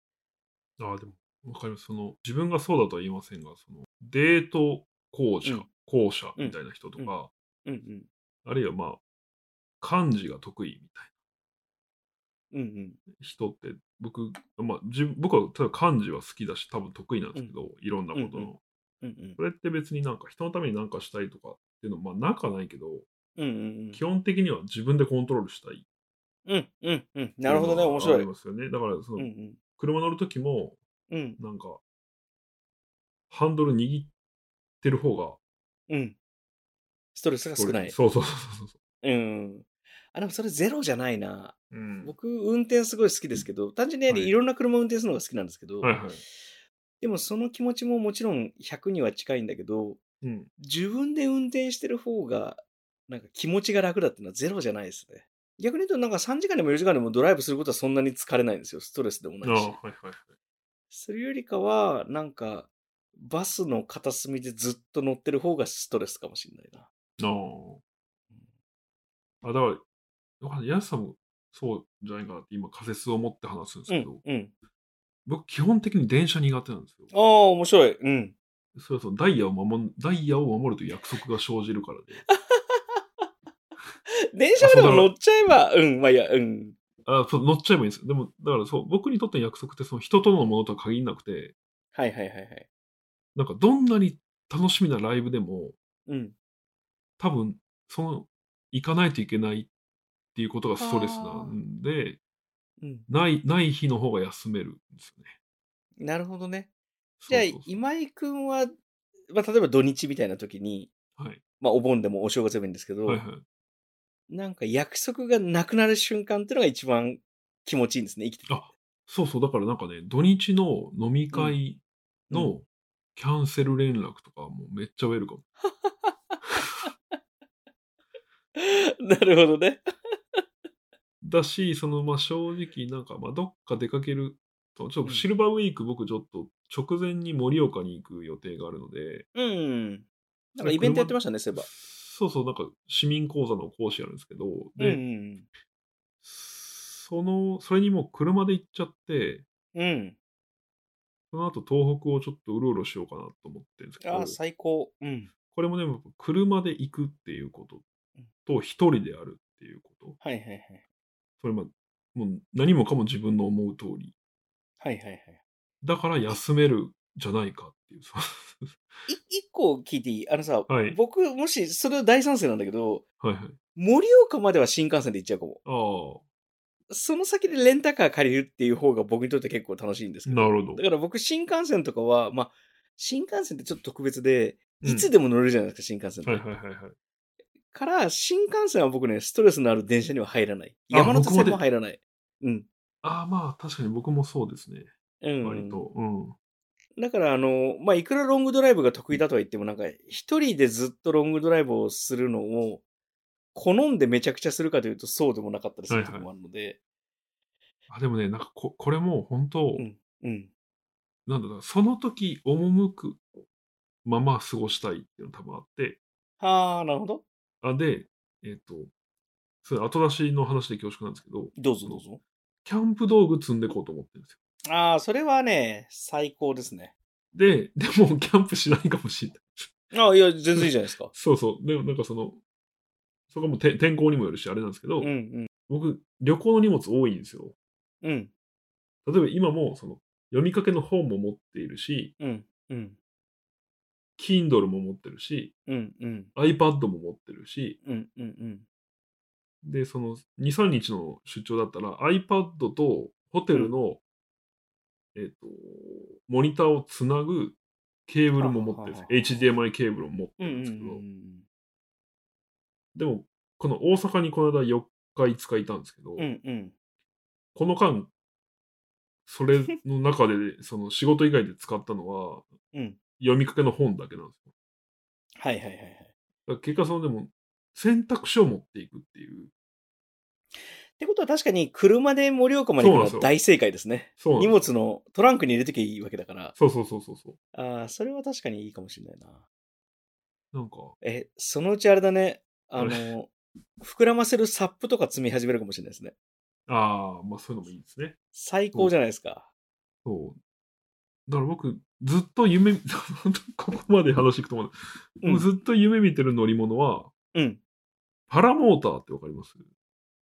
ああ、でも、わかります。その、自分がそうだとは言いませんが、その、デート校舎、
うん
校舎みたいな人とか、
うんうんうん。
あるいはまあ、漢字が得意みたい
うんうん。
な人って、僕、まあ、自分僕は例えば漢字は好きだし、多分得意なんですけど、いろんなこと
うん
の。
うんうん
そ。れって別になんか人のために何かしたいとかっていうのは、まあ、なくはないけど、
うんうん
基本的には自分でコントロールしたいって
う
い
ん。うんうんうん。
うの
なるほどね、
が
面白い。
あり
う
ますよね。だから、その、
んうん。
車乗るときも、
うん
なんか、ハンドル握ってる方が、
うん。ストレスが少ない。
そうそうそうそうそ
うん。あ、でもそれゼロじゃないな。
う。うん。
僕、運転すごい好きですけど、単純に
はい
いろんな車運転するのが好きなんですけど、
はいはい。
でもその気持ちももちろん100には近いんだけど、
うん。
自分で運転してる方が、なんか気持ちが楽だっていうのはゼロじゃないですね。逆に言うと、なんか3時間でも4時間でもドライブすることはそんなに疲れないんですよ。ストレスでも
ああ、
な
はいい
し。
はいはい。
それよりかは、なんか、バスの片隅でずっと乗ってる方がストレスかもしれないな。
ああ。あ、だから、だから安さんもそうじゃないかなって今仮説を持って話すんです
う
けど、
ん、うん。
僕基本的に電車苦手なんですよ。
ああ、面白い。うん。
それはそのダイヤを守んダイヤを守るという約束が生じるからで。
電車でも乗っちゃえば、うん、まあいいや、うん。
あそう乗っちゃえばいいんですよ。でも、だからそう、僕にとっての約束ってその人とのものとは限らなくて、
はいはいはいはい。
なんかどんなに楽しみなライブでも、
うん。
多分、その、行かないといけないっていうことがストレスなんで、
うん。
ない、ない日の方が休めるんですよね。
なるほどね。
そ
じゃあ
うそう、そう
今井くんは、まあ、例えば土日みたいな時に、
はい。
まあ、お盆でもお正月でもいいんですけど、
はいはい。
なんか約束がなくなる瞬間っていうのが一番気持ちいいんですね、生きてて。
あそうそう、だからなんかね、土日の飲み会
うんう
のキャンセル連絡とかもうめっちゃウェルカム。
なるほどね。
だし、そのまあ正直なんかまあどっか出かけると、ちょっとシルバーウィーク僕ちょっと直前に盛岡に行く予定があるので、
うん。なんかイベントやってましたね、そういえば。
そうそう、なんか市民講座の講師やるんですけど、
うん
で、その、それにもう車で行っちゃって、
うんうん。うん。
その後東北をちょっとうろうろしようかなと思ってるんですけ
あ
ど
あ、、最高。うん。
これもね、やっぱ車で行くっていうことと、一人であるっていうこと、
はいはいはい。
それまあもう何もかも自分の思う通り、
はいはいはい。
だから休めるじゃないかっていう、 そう
い一個聞いていいあのさ、
はい
僕、もし、それ大賛成なんだけど、
はいはい。
盛岡までは新幹線で行っちゃうかも。
ああ、
その先でレンタカー借りるっていう方が僕にとって結構楽しいんですけど。
なるほど
だ。から僕、新幹線とかは、まあ、新幹線ってちょっと特別で、
うん
いつでも乗れるじゃないですか、新幹線って。
はいはいはいはい。
から、新幹線は僕ね、ストレスのある電車には入らない。
あ
山手
僕も
線
ね
も入らない。うん。
ああ、まあ確かに僕もそうですね。
うん、
割と。うん。
だから、あの、まあ、いくらロングドライブが得意だとは言っても、なんか、一人でずっとロングドライブをするのを、好んでめちゃくちゃするかというと、そうでもなかったりするところもあるので、
あでもね、なんかここれも本当、
うんうん。
なんだろうな、その時赴くまま過ごしたいっていうのが多分あって、
はあ、なるほど。
あで、えっ、と、それ後出しの話で恐縮なんですけど、
どうぞどうぞ。
キャンプ道具積んでこうと思ってるんです
ああ、それはね、最高ですね。
よ。で、 でもキャンプしないかもしれない。
ああ、いや、全然いいじゃないですか。
そうそう。でもなんかその、そこもて天候にもよるし、あれなんですけど、
うんうん。
僕、旅行の荷物多いんですよ。
うん
例えば今も、その、読みかけの本も持っているし、
うんうん。
Kindle も持ってるし、
うんうん。
iPad も持ってるし、
うんうんうん。
で、その2、3日の出張だったら iPad とホテルの、えっ、と、モニターをつなぐケーブルも持って
はあは
るん
あはあ
です。HDMI ケーブルも持って
う
るん
ん
で
う
すけど、
ん
でも、この大阪にこの間4日、5日いたんですけど、
うんうん。
この間、それの中で、その仕事以外で使ったのは、
うん
読みかけの本だけなんですよ。
はいはいはいはい。
だから結果、そのでも、選択肢を持っていくっていう。
ってことは確かに車で盛岡まで行くのは
そうなん
大正解ですね。
そうなん
荷
です
物のトランクに入れときゃいいわけだから。
そうそうそうそうそ
ああ、それは確かにいいかもしれないな。
う。なんか、
え、そのうちあれだね。あ
あ
の、膨らませるサップとか積み始めるかもしれないですね。
ああ、まあそういうのもいいですね。
最高じゃないですか。
そう。だから僕、ずっと夢、 本当にここまで話いくと思う。
うん
僕ずっと夢見てる乗り物は、
うん。
パラモーターってわかります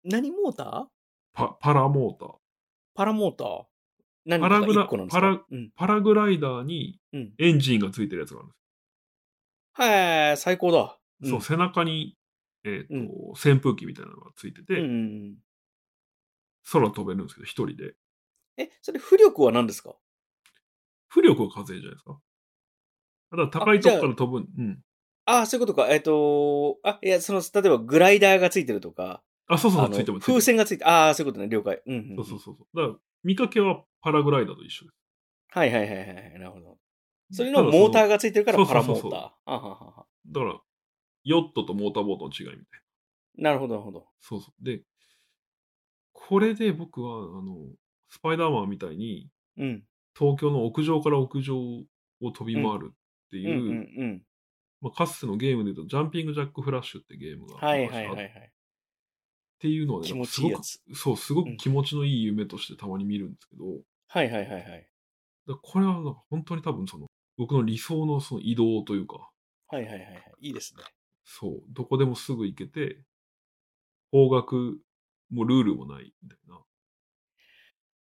何モーター
パパラモーター。
パラモーター何
パラグラ
一個なんですか
パラ
うん。
パラグライダーに
うん。
エンジンがついてるやつがあるんです。
はい、最高だ。ん
そう、背中に、えっ、と、扇風機みたいなのがついてて、
うんうんうん。
空飛べるんですけど、一人で。
え、それ浮力は何ですか
浮力は風じゃないですか。だから高いとこから飛ぶ。うん。
ああ、そういうことか。えっ、と、あ、いや、その、例えばグライダーがついてるとか、
あ、そうそう
あ
そう、
の
ついてます。
風船がついて、ああ、そういうことね、了解。うんうん、うん。
そうそうそうそう。だから、見かけはパラグライダーと一緒で
はいはいはいはいはい、なるほど。
す。
それのモータ
ー
ーがついてるから
そう
パ
そう
ラ
そう
モー
そう
ター。あははは
だから、ヨットとモーターボートの違いみたいな。
なるほど、なるほど。
そうそう。で、これで僕は、あの、スパイダーマンみたいに、
うん。
東京の屋上から屋上を飛び回るって
う
い
んう
う、
んうん。
まあ、かつてのゲームで言うと、ジャンピングジャックフラッシュってゲームが昔あっ、
はいはいはいはい。
っていうのはね、
気
なん
持
かす
ちい
ご
い
く
やつ。
そう、すご
うん
く気持ちのいい夢としてたまに見るんですけど、
はいはいはいはい。
だからこれはなんか本当に多分その、僕の理想のその移動というか、
はいはいはいはい。いいですね。
そう、どこでもすぐ行けて、方角もルールもないみたいな。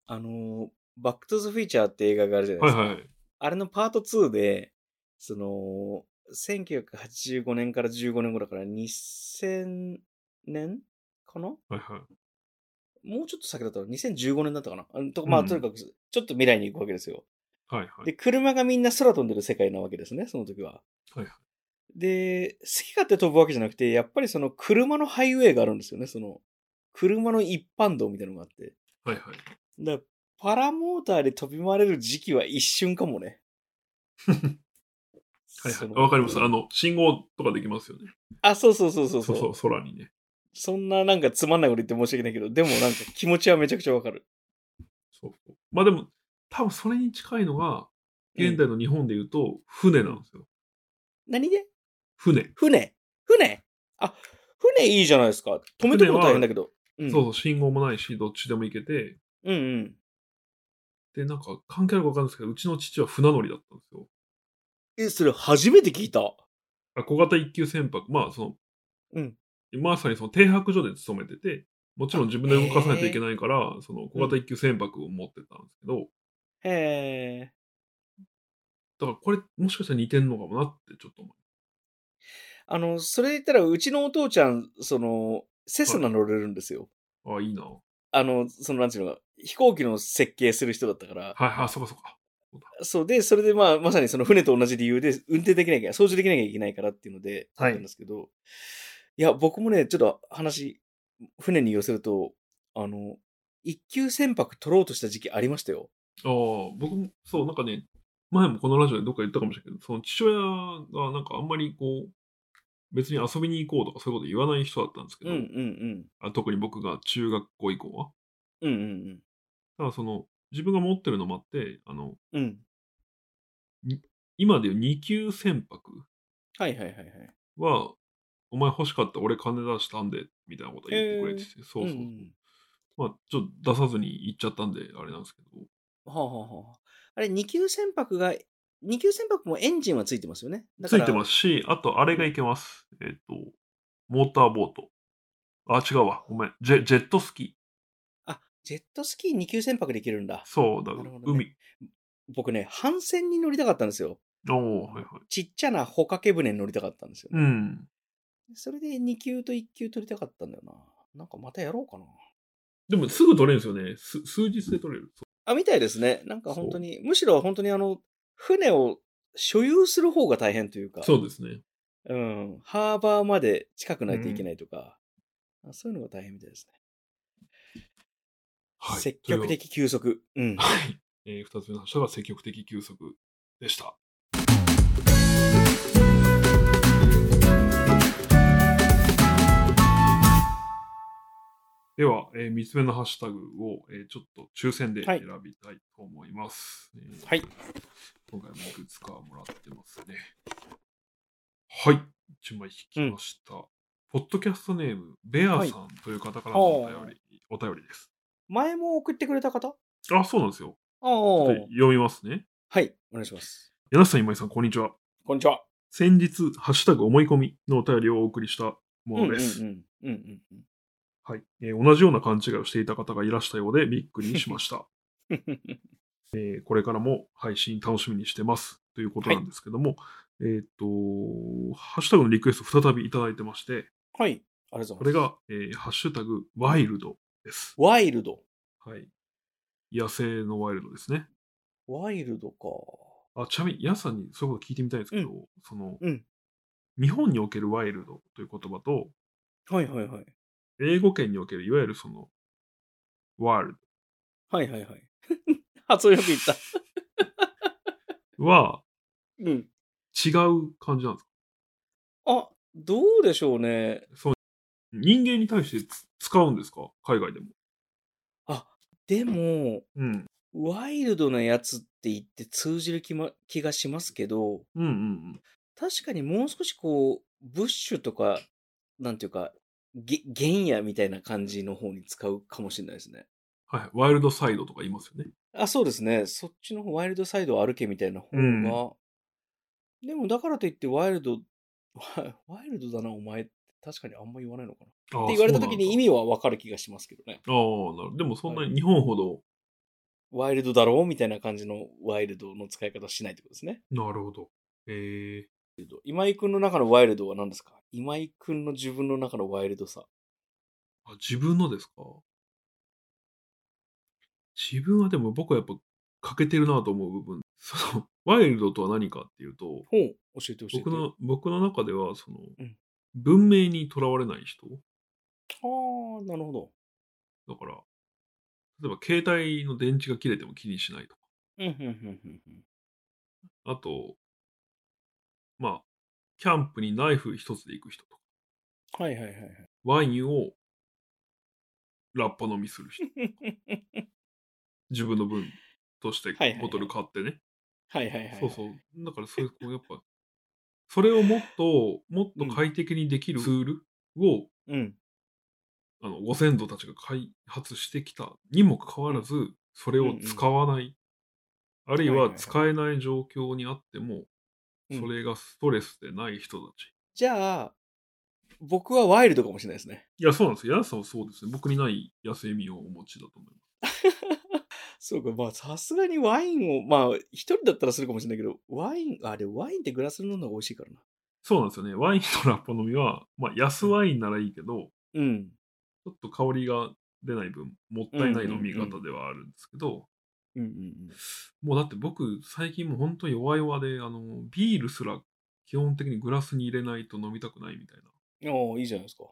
あのーバックトゥザフューチャーって映画があるじゃない
は
で
い
すか。
はいはい。
あれのパート2で、その、1985年から15年後だから2000年かな
はいはい。
もうちょっと先だったら2015年だったかなあのとまあ、
うん
とにかく、ちょっと未来に行くわけですよ。
はいはい。
で、車がみんな空飛んでる世界なわけですね、その時は。
はいはい
で、好き勝手飛ぶわけじゃなくて、やっぱりその車のハイウェイがあるんですよね、その、車の一般道みたいなのがあって。
はいはい。
だからパラモーターで飛び回れる時期は一瞬かも ね。
はい
そ
はい。
の
わかります。あの、信号とかできますよね。
あ、そうそうそうそうそ
そううそう、空にね。
そんななんかつまんないこと言って申し訳ないけど、でもなんか気持ちはめちゃくちゃわかる。
そうそう。まあでも、多分それに近いのが、現代の日本で言うと、船なんですよ。
何で
船。
船船船いいじゃないですか。止めとくの大変だけど。うん、
そうそう、信号もないし、どっちでも行けて、
うんうん。
で、なんか、関係あるか分かんないですけど、うちの父は船乗りだったんですよ。
え、それ初めて聞いた。
あ小型一級船舶、まあ、その、
うん
まさにその停泊所で勤めてて、もちろん自分で動かさないといけないから、その小型一級船舶を持ってたんですけど、
へえ。
だからこれ、もしかしたら似てんのかもなってちょっと思う。
あの、それ言ったら、うちのお父ちゃん、その、セスナ乗れるんですよ。
あいいな。は
あの、その、なんていうのか、飛行機の設計する人だったから、
いはい、そうかそうか。
そうで、それでまあ、まさにその船と同じ理由で、運転できなきゃ、操縦できなきゃいけないからっていうので、
はい
なんですけど、いや、僕もね、ちょっと話、船に寄せると、あの、一級船舶取ろうとした時期ありましたよ。
ああ、僕も、そう、なんかね、前もこのラジオでどっか言ったかもしれないけど、その父親がなんかあんまりこう、別に遊びに行こうとかそういうこと言わない人だったんですけ
うん
ど、
うんうん。
あ特に僕が中学校以降は。
うんうん
ただその、自分が持ってるのもあって、あの、
うん。うん。
今でいう2級船舶
はいはいはいはい。
は、お前欲しかった、俺金出したんで、みたいなこと言ってくれてて、そうそう。
んんん
まあ、ちょっと出さずに行っちゃったんで、あれなんですけど、
はあ、はあはあ、あれ、二級船舶が、二級船舶もエンジンはついてますよね。だ。
ついてますすし、あと、あれがいけます。えっ、と、モーターボート。あ、違うわ。ごめん。ジェジェットスキ
あ、ジェットスキー二級船舶できるんだ
ー。。そうだ、
なるほど
海
ね。僕ね、帆船に乗りたかったんですよ。
おおはいはい。
ちっちゃな帆掛け船に乗りたかったんですよね、
うん。
それで二級と一級取りたかったんだよな。なんかまたやろうかな。
でも、すぐ取れるんですよね。す数日で取れる。そ
あ、みたいですね。なんか本当に、むしろ本当にあの、船を所有する方が大変というか。
うそうですね。
うん、ハーバーまで近くないといけないとか、あそういうのが大変みたいですね。
はい。
積極的休息。うん
という。はい。えー、二つ目の話が積極的休息でした。では、えー、3つ目のハッシュタグを、えー、ちょっと抽選で
はい
選びたいと思います。えー
はい。
今回もいくつかもらってますね。はい。1枚引きました。ポッドキャストネーム、ベアさんという方からのお便り,、
はい
お便りです。
前も送ってくれた方
あ、そうなんですよ。
ああ
ちょっと。読みますね。
はい、お願いします。
柳瀬さん、今井さん、こんにちは。
こんにちは。
先日、ハッシュタグ思い込みのお便りをお送りした
う
も
んうんう
の
ん。う
です。
んうんうん。
はい、えー同じような勘違いをしていた方がいらしたよ うでびっくりしました。えーこれからも配信楽しみにしてますということなんですけども、えーっと、ハッシュタグのリクエスト再びいただいてまして、
はい、ありがとう
こ
ございます。
れが、えーハッシュタグワイルドです。
ワイルド。
はい。野生のワイルドですね。
ワイルドか。
あちなみに、皆さんにそういうこと聞いてみたいんですけど、その、
うん
日本におけるワイルドという言葉と、
はいはいはい。
英語圏におけるいわゆるその、ワール
はいはいはい。 発音よく言った。
ドは
うん。
違う感じなんですか
あ、どうでしょうね。
人間に対してつ使うんですか海外でも。
でも、
うん。
ワイルドなやつって言って通じる気,、ま、気がしますけど、
うんうんうん。
確かにもう少しこう、ブッシュとか、なんていうか、げ原野みたいな感じの方に使うかもしれないですね。
はいはい。ワイルドサイドとか言いますよね。
あ、そうですね。そっちの方、ワイルドサイドを歩けみたいな方が。
うん
でも、だからといってワイルド、 ワワイルドだな、お前って確かにあんま言わないのかな。っ
って
言われた時に意味はわかる気がしますけどね。
あそうなんだあー、なるでもそんなに日本ほど、
ワイルドだろうみたいな感じのワイルドの使い方をしないってことですね。
なるほど。えー、
今井くんの中のワイルドは何ですか今井くんの自分の中のワイルドさ。
あ自分のですか自分はでも僕はやっぱ欠けてるなと思う部分。その、ワイルドとは何かっていう
ほ
と、
う、教えて教えて。
僕の、僕の中では、その、
うん
文明にとらわれない人
ああ、なるほど。
だから、例えば携帯の電池が切れても気にしないとか、
うん、うん、うん、うんうん。
あと、まあ、キャンプにナイフ一つで行く人とか、
はいはいはいはい。
ワインをラッパ飲みする人、 自分の分として
はいはいはい
ボトル買ってね。
はいはいはい。
そうそう。だからそういう、こうやっぱ、それをもっと、もっと快適にできるツールを
うん。
あのご先祖たちが開発してきたにもかかわらず、それを使わない、あるい
はいはい
は
はい
使えない状況にあっても、
うん
それがストレスでない人たち。
じゃあ、僕はワイルドかもしれないですね。
いや、そうなんですよ。ヤスさんはそうですね。僕にない休みをお持ちだと思います。
そうか、まあさすがにワインを、まあ一人だったらするかもしれないけど、ワイン、あれワインってグラスの飲んだ方が美味しいからな。
そうなんですよね。ワインとラッパ飲みは、まあ、安ワインならいいけど、
うん。
ちょっと香りが出ない分、もったいない飲み方ではあるんですけど、
うんうんうん。
もうだって僕、最近もう本当に弱々で、あの、ビールすら基本的にグラスに入れないと飲みたくないみたいな。
ああ、いいじゃないですか。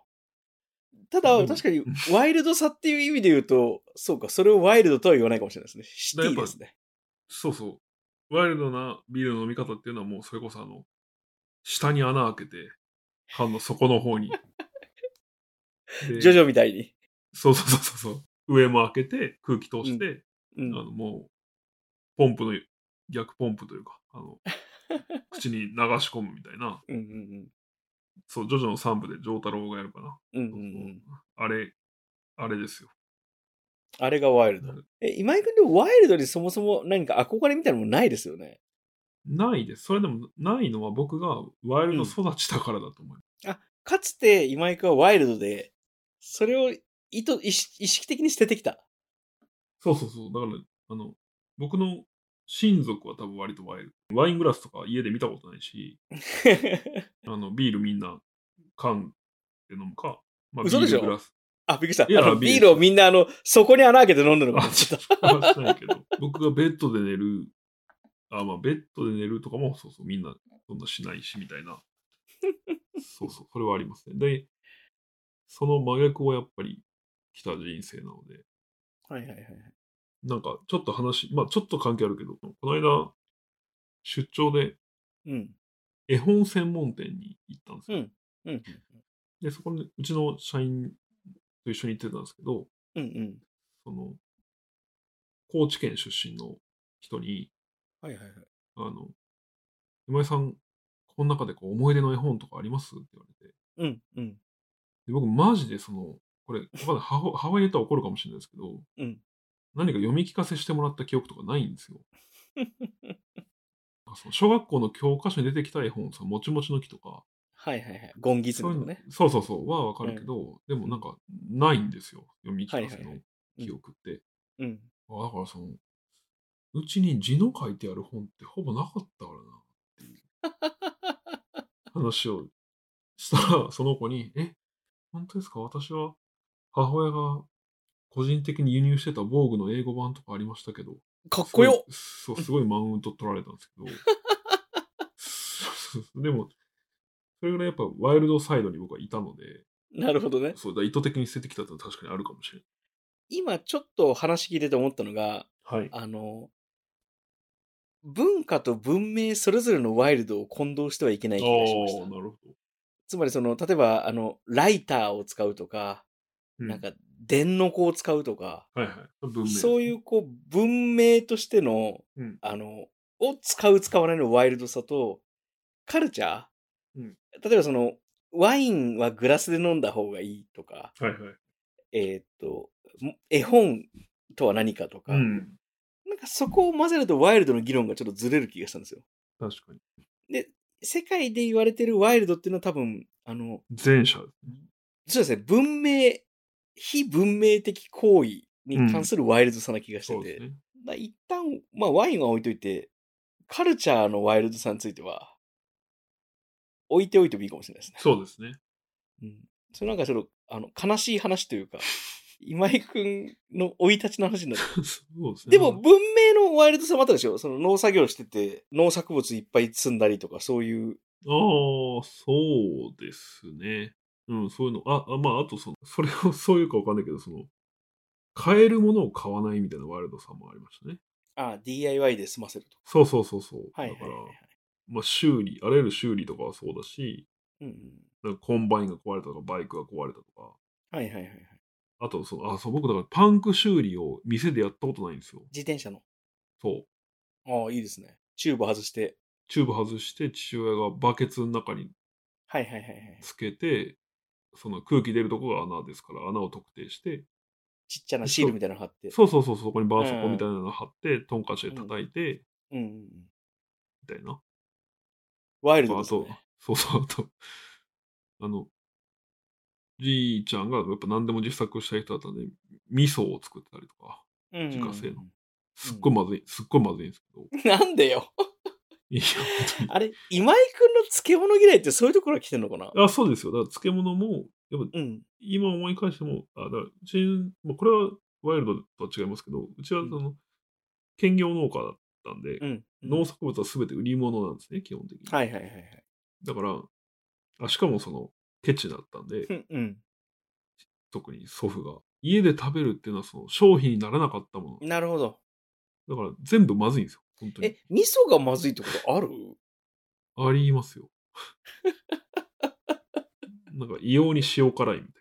ただ、
でも
確かに、ワイルドさっていう意味で言うと、そうか、それをワイルドとは言わないかもしれないですね。シティですね。
そうそう。ワイルドなビールの飲み方っていうのはもうそれこそあの、下に穴開けて、缶の底の 方に。で
ジョジョみたいに。
そうそうそうそう。上も開けて、空気通して、
う
あの
ん。
もう、ポンプの、逆ポンプというか、あの、口に流し込むみたいな。
うんうん
そう、ジョジョの3部で丈太郎がやるかな。
うん。うんうんうん。
あれ、あれですよ。
あれがワイルド。え、今井君でもワイルドにそもそも何か憧れみたいなのもないですよね。
ないです。それでもないのは僕がワイルド育ちだからだと思います。
あ、かつて今井君はワイルドで、それを意図意識意識的に捨ててきた。
そうそうそう。だから、あの、僕の親族は多分割とワイルド。ワイングラスとか家で見たことないし、あの、ビールみんな缶で飲むか、まあ、ビ
嘘でし
ー
ょ
ルグラス。
あ、びっくりした。
いや
あの
ビ
ビー
ール
ルをみんな、あの、そこに穴開けて飲んで るのかと思っちゃっ
あはしないけど、僕がベッドで寝る、あ、まあ、ベッドで寝るとかも、そうそう、みんなそんなしないし、みたいな。そうそう、それはありますね。で、その真逆をやっぱり来た人生なので、
た。はいはいはい。
なんかちょっと話、まあちょっと関係あるけど、この間、出張で
うん。
絵本専門店に行ったんですよ。
うん。うん。
で、そこにうちの社員と一緒に行ってたんですけど、
うんうん。
その、高知県出身の人に、
はいはいはい。
あの、今井さん、この中でこう思い出の絵本とかありますって言われて。
うんうん。
で僕、マジでその、これ、まだ母母親とは怒るかもしれないですけど、
うん
何か読み聞かせしてもらった記憶とかないん ですよ。なんかその小学校の教科書に出てきた絵本、そのもちもちの木とか、
はいはいはい。ゴンギツネ
そういう
の
の
ね。
そうそうそう、はわかるけど、でもなんか、ないんですよ、読み聞かせ
はいはいは
の
いうん
記憶って。
うん。
あだからその、うちに字の書いてある本ってほぼなかったからな、っていう話をしたら、その子に、え、本当ですか私は母親が個人的に輸入してた防具の英語版とかありましたけど、
かっこよ
すごいそう、すごいマウント取られたんですけどそうそうそう。でも、それぐらいやっぱワイルドサイドに僕はいたので、
なるほどね。
そうだ意図的に捨ててきたってのは確かにあるかもしれない。
今ちょっと話聞いてて思ったのが、
はい。
あの、文化と文明それぞれのワイルドを混同してはいけない気がしま
あ
し
あ、
た。
なるほど。
つまりその、例えば、あの、ライターを使うとか、
う
なんか、電の子を使うとか、
はいはい。文明。
そういうこう、文明としての、
うん
あの、を使う使わないのワイルドさと、カルチャー、
うん
例えばその、ワインはグラスで飲んだ方がいいとか、
はいはい。
えーっと、も絵本とは何かとか、
うん。
なんかそこを混ぜるとワイルドの議論がちょっとずれる気がしたんですよ。
確かに。
世界で言われてるワイルドっていうのは多分、あの、
前者。
そうですね、文明、非文明的行為に関するワイルドさな気がして
そう
て、
ですね。
まあ一旦、まあワインは置いといて、カルチャーのワイルドさについては、置いておいてもいいかもしれないですね。
そうですね。
うん。それなんかちょっと、あの、悲しい話というか、今井くんの生い立ちの話になる。
そうですね。
でも、文明のワイルドさもあったでしょその農作業してて、農作物いっぱい積んだりとか、そういう。
ああ、そうですね。うん、そういうの。あ、あまあ、あとその、それを、そういうかわかんないけど、その、買えるものを買わないみたいなワイルドさもありましたね。
ああ DIY で済ませるとか。
そうそうそうそう。
はいは
だ
い
か
はい
ら、
はい。
まあ、修理、あらゆる修理とかはそうだし、
うんうん。
なんかコンバインが壊れたとか、バイクが壊れたとか、
はいはいはいはい。
あと、その、あ、そう、僕だからパンク修理を店でやったことないんですよ。
自転車の。
そう。
ああ、いいですね。チューブ外して。
チューブ外して、父親がバケツの中に
はいはいはいはい。
つけてその空気出るとこが穴ですから、穴を特定して、
ちっちゃなシールみたいなの貼って。
そうそうそう、そこにバーソコみたいなの貼って、トンカチで叩いて、
うんうんうん。
みたいな。
ワイルド
あ
です
と
ね。、
そうそう、あと、あの、じいちゃんがやっぱ何でも自作したい人だったんで、味噌を作ってたりとか、
うんうんうん
自家製のすっごいまずい、すっごいまずいんですけど、
なんでよ。
いや、本
あれ、今井くんの漬物嫌いってそういうところが来てんのかな
当に。あ、そうですよ。だから漬物も、やっぱ
うん。
今思い返しても、あだからうち、まあ、これはワイルドとは違いますけど、うちはその、兼業農家だったんで、
うん。
農作物は全て売り物なんですね、基本的に。
はいはいはいはい。
だからあ、しかもその、ケチだったんで、
うんうん。
特に祖父が。家で食べるっていうのはその商品にならなかったもの。
なるほど。
だから全部まずいんですよ。本当に
え。、味噌がまずいってことある
ありま すよ。なんか異様に塩辛いみたい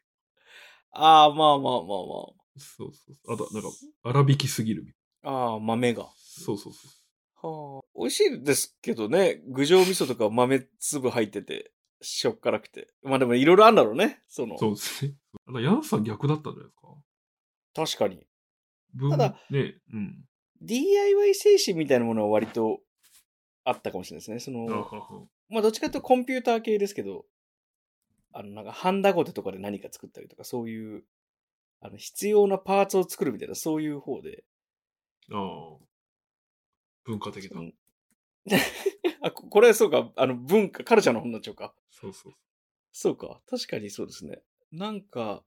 な。
ああ、まあまあま
そうそうそう。あと、なんか粗挽きすぎるみたい
あまあ。ああ、豆が。
な。そうそうそう。
はあ、美味しいですけどね。具状味噌とか豆粒入ってて、しょっからくて。まあでもいろいろあるんだろうね。その、
そうですね。あのヤンさん逆だったんじゃないです
確
か
かに。
分
ただ、
ね、うん。
DIY 精神みたいなものは割とあったかもしれないですね。そ
あは
の、
は
まあどっちかというとコンピューター系ですけど、あの、なんかハンダゴテとかで何か作ったりとか、そういう、あの、必要なパーツを作るみたいな、そういう方で。
ああ。文化的だ
う。ん あ、ここれそうか、あの、文化、カルチャーの本になっちゃうか。
そうそう。
そうか。確かにそうですね。なんか、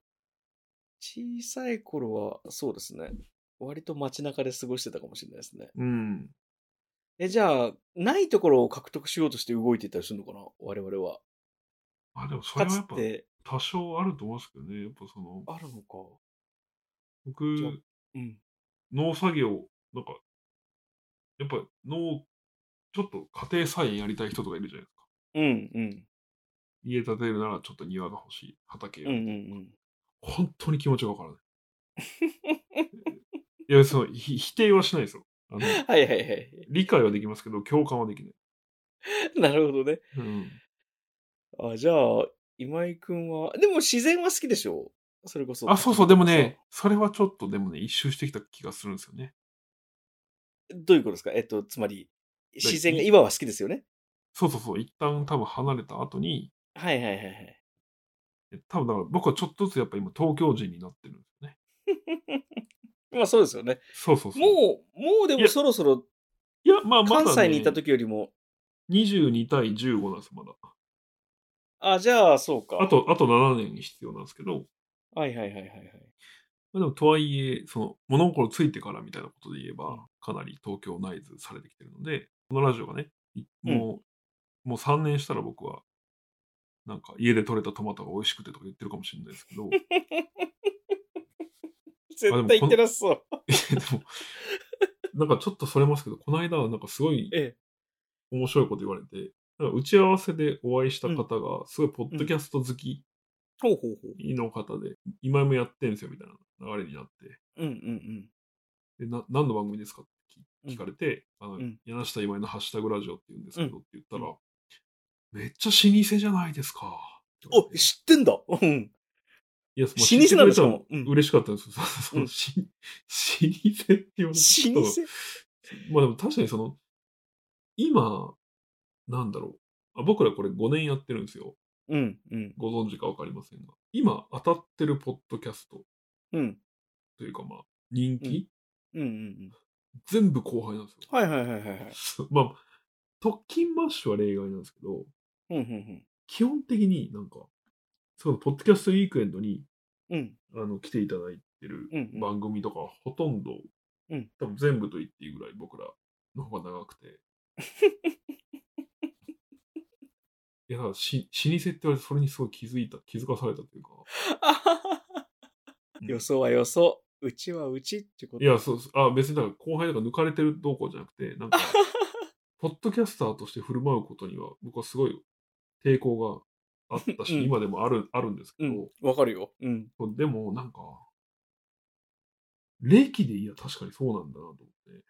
小さい頃は、そうですね。割と街中で過ごしてたかもしれないですね。
うん。
え、じゃあ、ないところを獲得しようとして動いていたりするのかな我々は。
あ、でもそれ
か
はや
つ
っぱ
て
多少あると思いますけどね。やっぱその、
あるのか。
僕、
じゃあうん。
農作業、なんか、やっぱ農、ちょっと家庭菜園やりたい人とかいるじゃないですか。
うん、うん。
家建てるならちょっと庭が欲しい、畑や
うん、う
る、
ん、うん。
本当に気持ちが わからない。いや、その、ひ否定はしないですよ。 あの
はいはいはい。
理解はできますけど、共感はできない。
なるほどね。
うん。
あ、じゃあ、今井くんは、でも自然は好きでしょそれこそ。
あ、そうそう、でもね、それはちょっとでもね、一周してきた気がするんですよね。
どういうことですかえっと、つまり、自然が、今は好きですよね
そうそうそう、一旦多分離れた後に、
はいはいはいはい。
え多分だから僕はちょっとずつやっぱ今東京人になってるんですよね。
まあそうですよね。
そうそうそう。
もう、もうで
い
も
や
そろそろ
いや、まあまだ、
関
ね、
西にいた時よりも、
22対15なんです、まだ。
あ、じゃあそうか。
あ、と、あと7年必要なんですけど、
はいはいはいはいはい。
まあ、でもとはいえ、その物心ついてからみたいなことで言え
うん
ば、かなり東京内図されてきてるので、このラジオがね、い
うん
もう、もう3年したら僕は、なんか家で採れたトマトが美味しくてとか言ってるかもしれないですけ ど、いも
絶対行ってなさそう。
やでも、なんかちょっとそれますけど、この間、なんかすごい
ええ。
面白いこと言われて、なんか打ち合わせでお会いした方が、すごいポッドキャスト好き
ほうほうほう。
の方で、今もやってんですよみたいな流れになって、
うんうん
でな何の番組ですかって
うん。
聞聞かれて、あの
うん
柳下今井のハッシュタグラジオって言うんですけどって言ったら、
う
めっちゃ老舗じゃないですか。
お、知ってんだ。うん。
いや、もう
老舗なんですか
知ってくれたの
うん
嬉しかったんですよ。そうそうそう
うん
し老舗って言われて
老舗
まあでも確かにその、今、なんだろうあ。僕らこれ5年やってるんですよ。
うんうん
ご存知かわかりませんが。今当たってるポッドキャスト
うん。
というかまあ、人気、
うんうんうんうん。
全部後輩なんですよ。
はいはいはいはいはい。
まあ、特勤マッシュは例外なんですけど、
うんうん
基本的になんか、そのポッドキャストウィークエンドに
うん。うん
あの来ていただいてる
うんうん
番組とか、ほとんど、
うん
多分全部と言っていいぐらい僕らの方が長く て。いや、だからし老舗って言われて、それにすごい気づいた、気づかされたというか。
あははは 予想は予想。うちはうちってこと。
いや、そうそうあ、別にだから後輩とか抜かれてるどうこうじゃなくて、な んか、ポッドキャスターとして振る舞うことには、僕はすごい抵抗があったし、
うん
今でもあるあるんですけ
う
ど、
ん。わかるよ。うん。
そうでも、なんか、歴でいや、確かにそうなんだなと思って。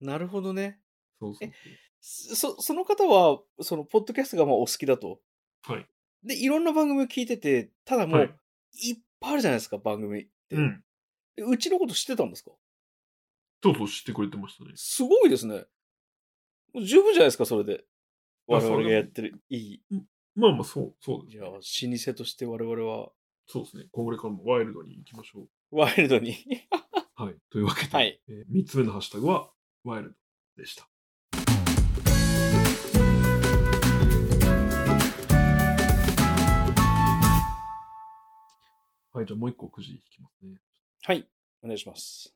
なるほどね。
そうそう
そ、その方は、その、ポッドキャストがまあお好きだと。
そう。はい。
で、いろんな番組を聞いてて、ただもう、
はいい、
っぱいあるじゃないですか、番組って。
うん。
でうちのこと知ってたんですか
そうそう、知ってくれてましたね。
すごいですね。もう十分じゃないですか、それで。
ま
我
あそれ
々
で
がやってる。いい。
まあまあ、そう、そうで
じ
す
ゃあ、
ね。
老舗として我々は、
そうですね。これからもワイルドに行きましょう。
ワイルドに。
はい。というわけで、
はい
えー、3つ目のハッシュタグは、ワイルドでした。はい、じゃあもう一個くじ引きますね。
はい。お願いします。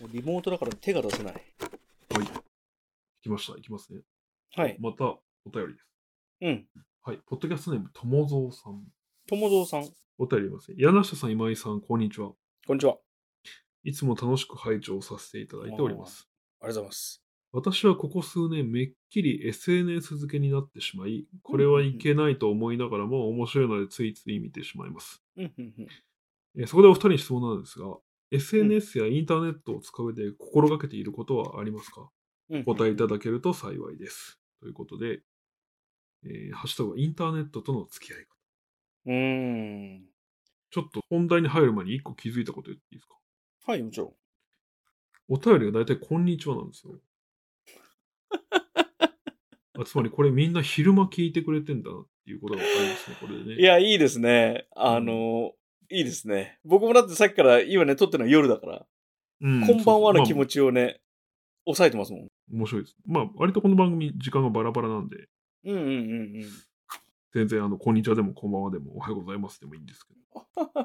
もうリモートだから手が出せない。
はい。引きました。いきますね。
はい。
また、お便りです。
うん。
はい。ポッドキャストネーム、ともぞうさん。
友蔵さん、
お便りますね。柳下さん、今井さん、こんにちは。
こんにちは。
いつも楽しく拝聴させていただいております。
ありがとうございます。
私はここ数年めっきり SNS 付けになってしまい、これはいけないと思いながらも面白いのでついつい見てしまいます。
うん、うん、うん。
えーそこでお二人に質問なんですが、SNS やインターネットを使う上で心がけていることはありますか
うんうん
お答えいただけると幸いです。ということで、えーハッシュタグはインターネットとの付き合い方。
うーん。
ちょっと本題に入る前に一個気づいたこと言っていいですか
はい、もちろん。
お便りが大体こんにちはなんですよ。あつまりこれみんな昼間聞いてくれてんだなっていうことがわかりますね、これでね。
いや、いいですね。あの、いいですね。僕もだってさっきから、今ね、撮ってるのは夜だから、
うん
こんばんはの
そう
気
そうま
持ちをね、抑えてますもん。
あ面白いです。まあ、割とこの番組時間がバラバラなんで、
うんうんうんうん。
全然あの、こんにちはでもこんばんはでもおはようございますでもいいんですけど。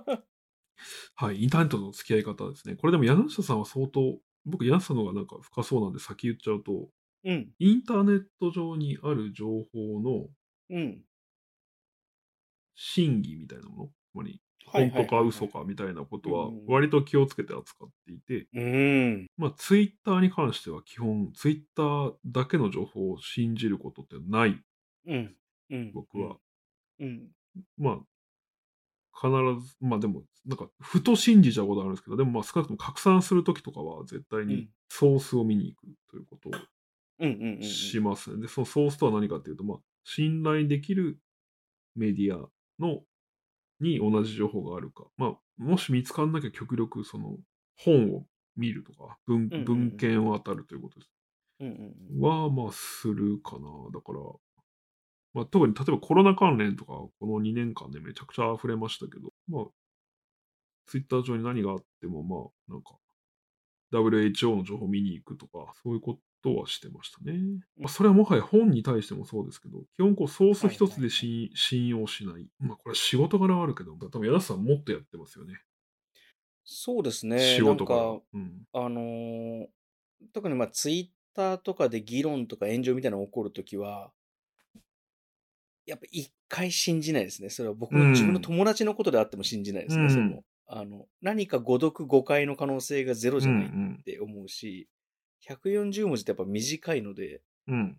はい、インターネットとの付き合い方ですね。これでも柳下さんは相当、僕柳下さんの方がなんか深そうなんで先言っちゃうと、
うん、
インターネット上にある情報の
うん。
真偽みたいなもの、つまり
はいは
本
いはい
当か嘘。かみたいなことは
うん
割と気をつけて扱っていて、
うん。
まあ、ツイッターに関しては基本ツイッターだけの情報を信じることってない
うん。うん。
僕は、。
うん。
まあ必ずまあでもなんかふと信じちゃうことあるんですけどでもまあ少なくとも拡散するときとかは絶対
う
に
ん
ソースを見に行くということを
うんうんうんうん。
しますね、でそのソースとは何かっていうと、まあ、信頼できるメディアのに同じ情報があるか、まあ、もし見つからなきゃ極力その本を見るとか文
うんうん
文献を当たるということです。
うんうん
はまあするかな。だから、まあ、特に例えばコロナ関連とかこの2年間でめちゃくちゃ溢れましたけど、まあ、ツイッター上に何があってもまあなんか WHO の情報見に行くとかそういうことはしてましたね。まあ、それはもはや本に対してもそうですけど、基本こうソース一つで信信用しない。まあこれは仕事柄はあるけど、多分柳さんもっとやってますよね。
そうですね。
仕事柄。
なんか
うん。
あのー特にまあツイッターとかで議論とか炎上みたいなのが起こるときは、やっぱ一回信じないですね。それは僕の
うん
自分の友達のことであっても信じないですね。
うん
そのあの何か誤読誤解の可能性がゼロじゃないっ
うん
て思うし、140文字ってやっぱ短いので、
うん。うん。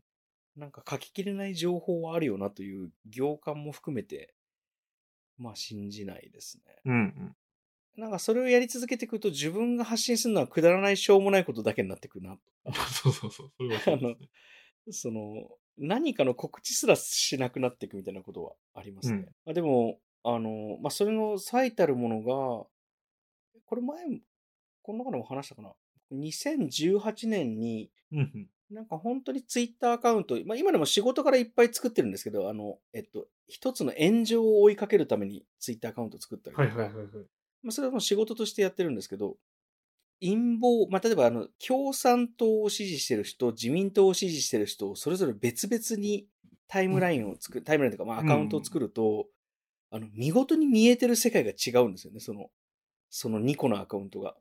なんか書ききれない情報はあるよなという行間も含めて、まあ信じないですね。
うんうん。
なんかそれをやり続けていくと自分が発信するのはくだらないしょうもないことだけになってくるなと
そうそうそう。それはそうですね。
その何かの告知すらしなくなっていくみたいなことはありますね。
うん
まあ、でもあの、まあ、それの最たるものがこれ前もこの中でも話したかな2018年に
うんうん。
なんか本当にツイッターアカウント、まあ、今でも仕事からいっぱい作ってるんですけどあの、えっと、一つの炎上を追いかけるためにツイッターアカウント作ったりと
は
か、
いはいはいはい。
まあ、それはもう仕事としてやってるんですけど、陰謀、まあ、例えばあの、共産党を支持してる人、自民党を支持してる人を、それぞれ別々にタイムラインを作る、タイムラインとか、まあ、アカウントを作ると、あの、見事に見えてる世界が違うんですよね、その、その2個のアカウントが。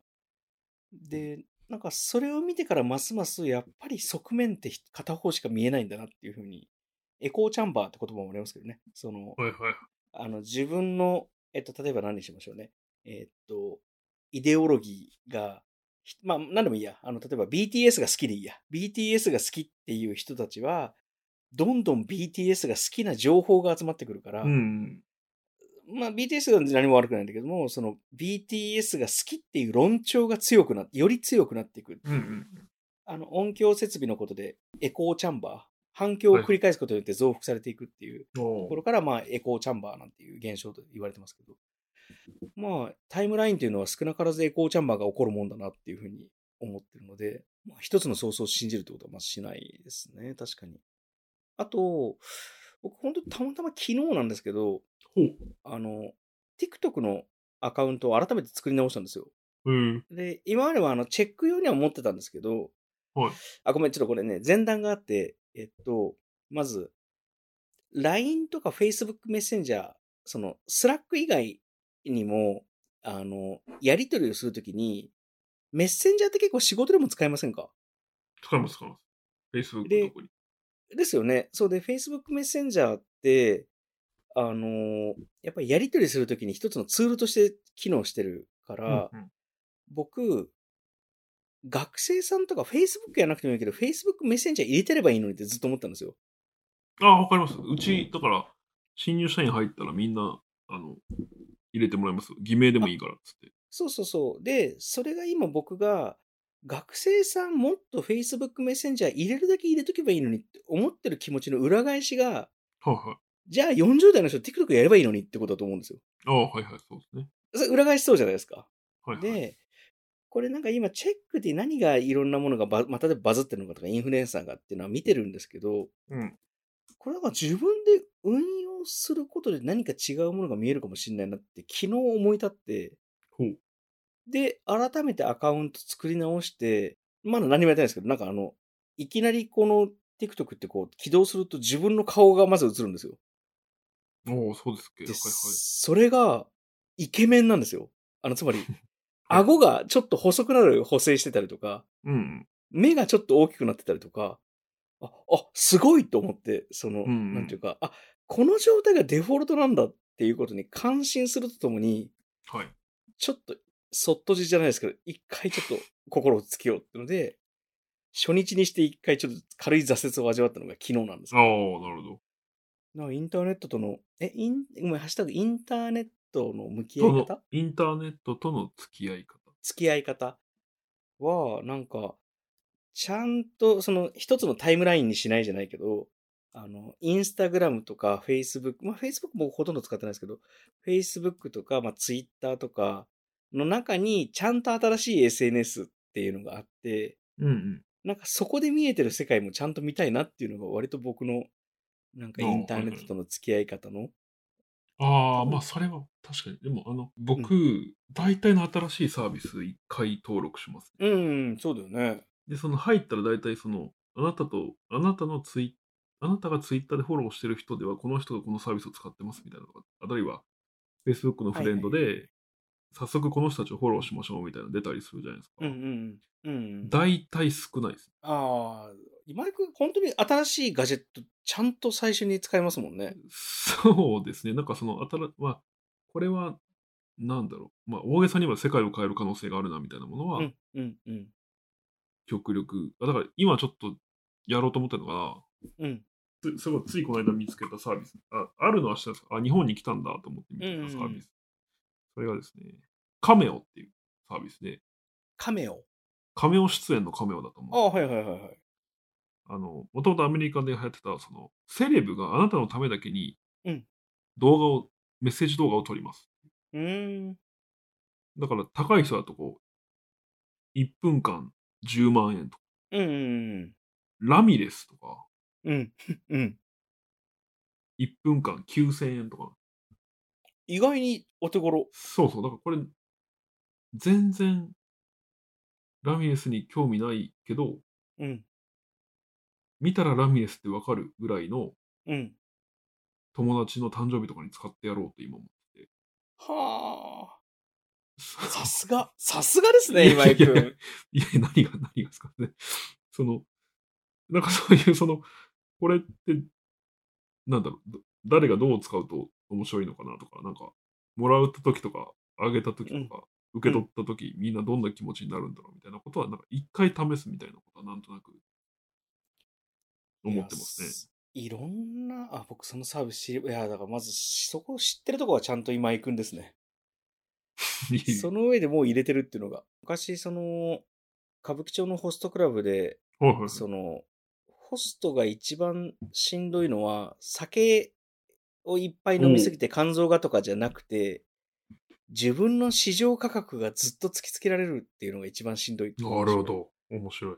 で、なんかそれを見てからますますやっぱり側面って片方しか見えないんだなっていうふうに、エコーチャンバーって言葉もありますけどね、その、
はいはい。
あの、自分の、えっと、例えば何にしましょうね。えっと、イデオロギーが、ひまあ、何でもいいや。あの、例えば BTS が好きでいいや。BTS が好きっていう人たちは、どんどん BTS が好きな情報が集まってくるから、
うん。
まあ BTS は何も悪くないんだけども、その BTS が好きっていう論調が強くなって、より強くなっていく。
うんうん。
あの、音響設備のことで、エコーチャンバ反響を繰り返すことによって増幅されていくっていうと
お
ころから、まあ、エコーチャンバーなんていう現象と言われてますけど、まあ、タイムラインというのは少なからずエコーチャンバーが起こるもんだなっていうふうに思ってるので、まあ、一つのソースを信じるってことはまあしないですね、確かに。あと、僕、本当たまたま昨日なんですけど、
ほう。
あの、TikTok のアカウントを改めて作り直したんですよ。
うん。
で、今まではあのチェック用には持ってたんですけど、
はい
あ、ごめん、ちょっとこれね、前段があって、えっと、まず、LINE とか Facebook メッセンジャー、その、Slack 以外にも、あの、やり取りをするときに、メッセンジャーって結構仕事でも使えませんか
使います、使います。Facebook
で
特に。
ですよね。そうで、Facebook メッセンジャーって、あのやっぱりやり取りするときに一つのツールとして機能してるから、
うんうん
僕、学生さんとか Facebook やなくてもいいけど、Facebook メッセンジャー入れてればいいのにってずっと思ったんですよ。
ああ、わかります。うち、だから、新入社員入ったらみんな、あの、入れてもらいます。偽名でもいいから、つって。
そうそうそう。で、それが今僕が、学生さんもっと Facebook メッセンジャー入れるだけ入れとけばいいのにって思ってる気持ちの裏返しが、
はいはい。
じゃあ40代の人 TikTok やればいいのにってことだと思うんですよ。
ああ、はいはい、そうですね。
それ裏返しそうじゃないですか。
はいはい。
で、これなんか今チェックで何がいろんなものがば、まあ、例えばバズってるのかとかインフルエンサーがっていうのは見てるんですけど、
うん。
これなんか自分で運用することで何か違うものが見えるかもしれないなって昨日思い立って、
ほう。
で、改めてアカウント作り直して、まだ何もやってないですけど、なんかあの、いきなりこの TikTok ってこう起動すると自分の顔がまず映るんですよ。
おお、そうですっけ。
で、
はいは
それがイケメンなんですよ。あの、つ まり、顎がちょっと細くなる補正してたりとか、
い。うん
目がちょっと大きくなってたりとか、あ、あ、すごいと思って、その、
んうん
なんていうか、あ、この状態がデフォルトなんだっていうことに感心するとともに、
うん。はい。
ちょっと、そっとじじゃないですけど、一回ちょっと心をつけようってので、初日にして一回ちょっと軽い挫折を味わったのが昨日なんです
ああ、なるほど。
なんかインターネットとの、え、イン、ごめん、ハッシュタグ、インターネットの向き合い
との
方
インターネットとの付き合い方。
付き合い方は、なんか、ちゃんと、その、一つのタイムラインにしないじゃないけど、あの、インスタグラムとか、フェイスブック、まあ、フェイスブック僕ほとんど使ってないですけど、フェイスブックとか、まあ、ツイッターとかの中に、ちゃんと新しい SNS っていうのがあって、
うんうん。
なんかそこで見えてる世界もちゃんと見たいなっていうのが割と僕の、なんかインターネットとの付き合い方の、
ああ、まあ、それは確かに。でも、あの、僕、大体の新しいサービス一回登録します、ね。
うん、うん、そうだよね。
で、その入ったら大体その、あなたと、あなたのツイあなたがツイッターでフォローしてる人では、この人がこのサービスを使ってますみたいなのが、あるいは、Facebook のフレンドで、早速この人たちをフォローしましょうみたいなの出たりするじゃないですか。
うん、うんうん、うん。
大体少ないです。
ああ、今井くん、本当に新しいガジェット、ちゃんと最初に使いますもんね。
そうですね。なんかその、新まあ、これは、なんだろう。まあ、大げさには世界を変える可能性があるな、みたいなものは、
うん、うん、うん。
極力。あだから、今ちょっと、やろうと思ってるのか
うん、
な。つすごい、ついこの間見つけたサービス。あ、あるのは知ってたんですかあ、日本に来たんだと思って見
うんうんうん
てたサービス。それがですね、カメオっていうサービスで、
カメオ。
カメオ出演のカメオだと
あ
思う。
あ、はいはいはいはい。
あの、もともとアメリカで流行ってた、その、セレブがあなたのためだけに
うん、
動画を、メッセージ動画を撮ります。
うーん。
だから高い人だとこう、1分間10万円とか、
うん、うん
ラミレスとか、
うん、うん。うん。
1分間9000円とか。
意外にお手頃。
そうそう、だからこれ、全然、ラミレスに興味ないけど、
うん、
見たらラミレスってわかるぐらいの
うん。
友達の誕生日とかに使ってやろうと今思ってて。
はあ。さすが、さすがですね、今井く
いやいや
ん。
いや、何が、何がですかね。 その、なんかそういう、その、これって、なんだろう、ど誰がどう使うと面白いのかなとか、なんか、もらう時とか、あげた時とか、受け取った時、みんなどんな気持ちになるんだろうみたいなことは、なんか一回試すみたいなことは、なんとなく、思ってますね。
いや。いろんな、あ、僕そのサービス知り、いや、だからまず、そこを知ってるとこはちゃんと今井くんですね。その上でもう入れてるっていうのが。昔、その、歌舞伎町のホストクラブで、
はいはいはい
その、ホストが一番しんどいのは、酒をいっぱい飲みすぎて肝臓がとかじゃなくて、自分の市場価格がずっと突きつけられるっていうのが一番しんどいって
な
思うんで
る
すよ
ほ。ど。面白い。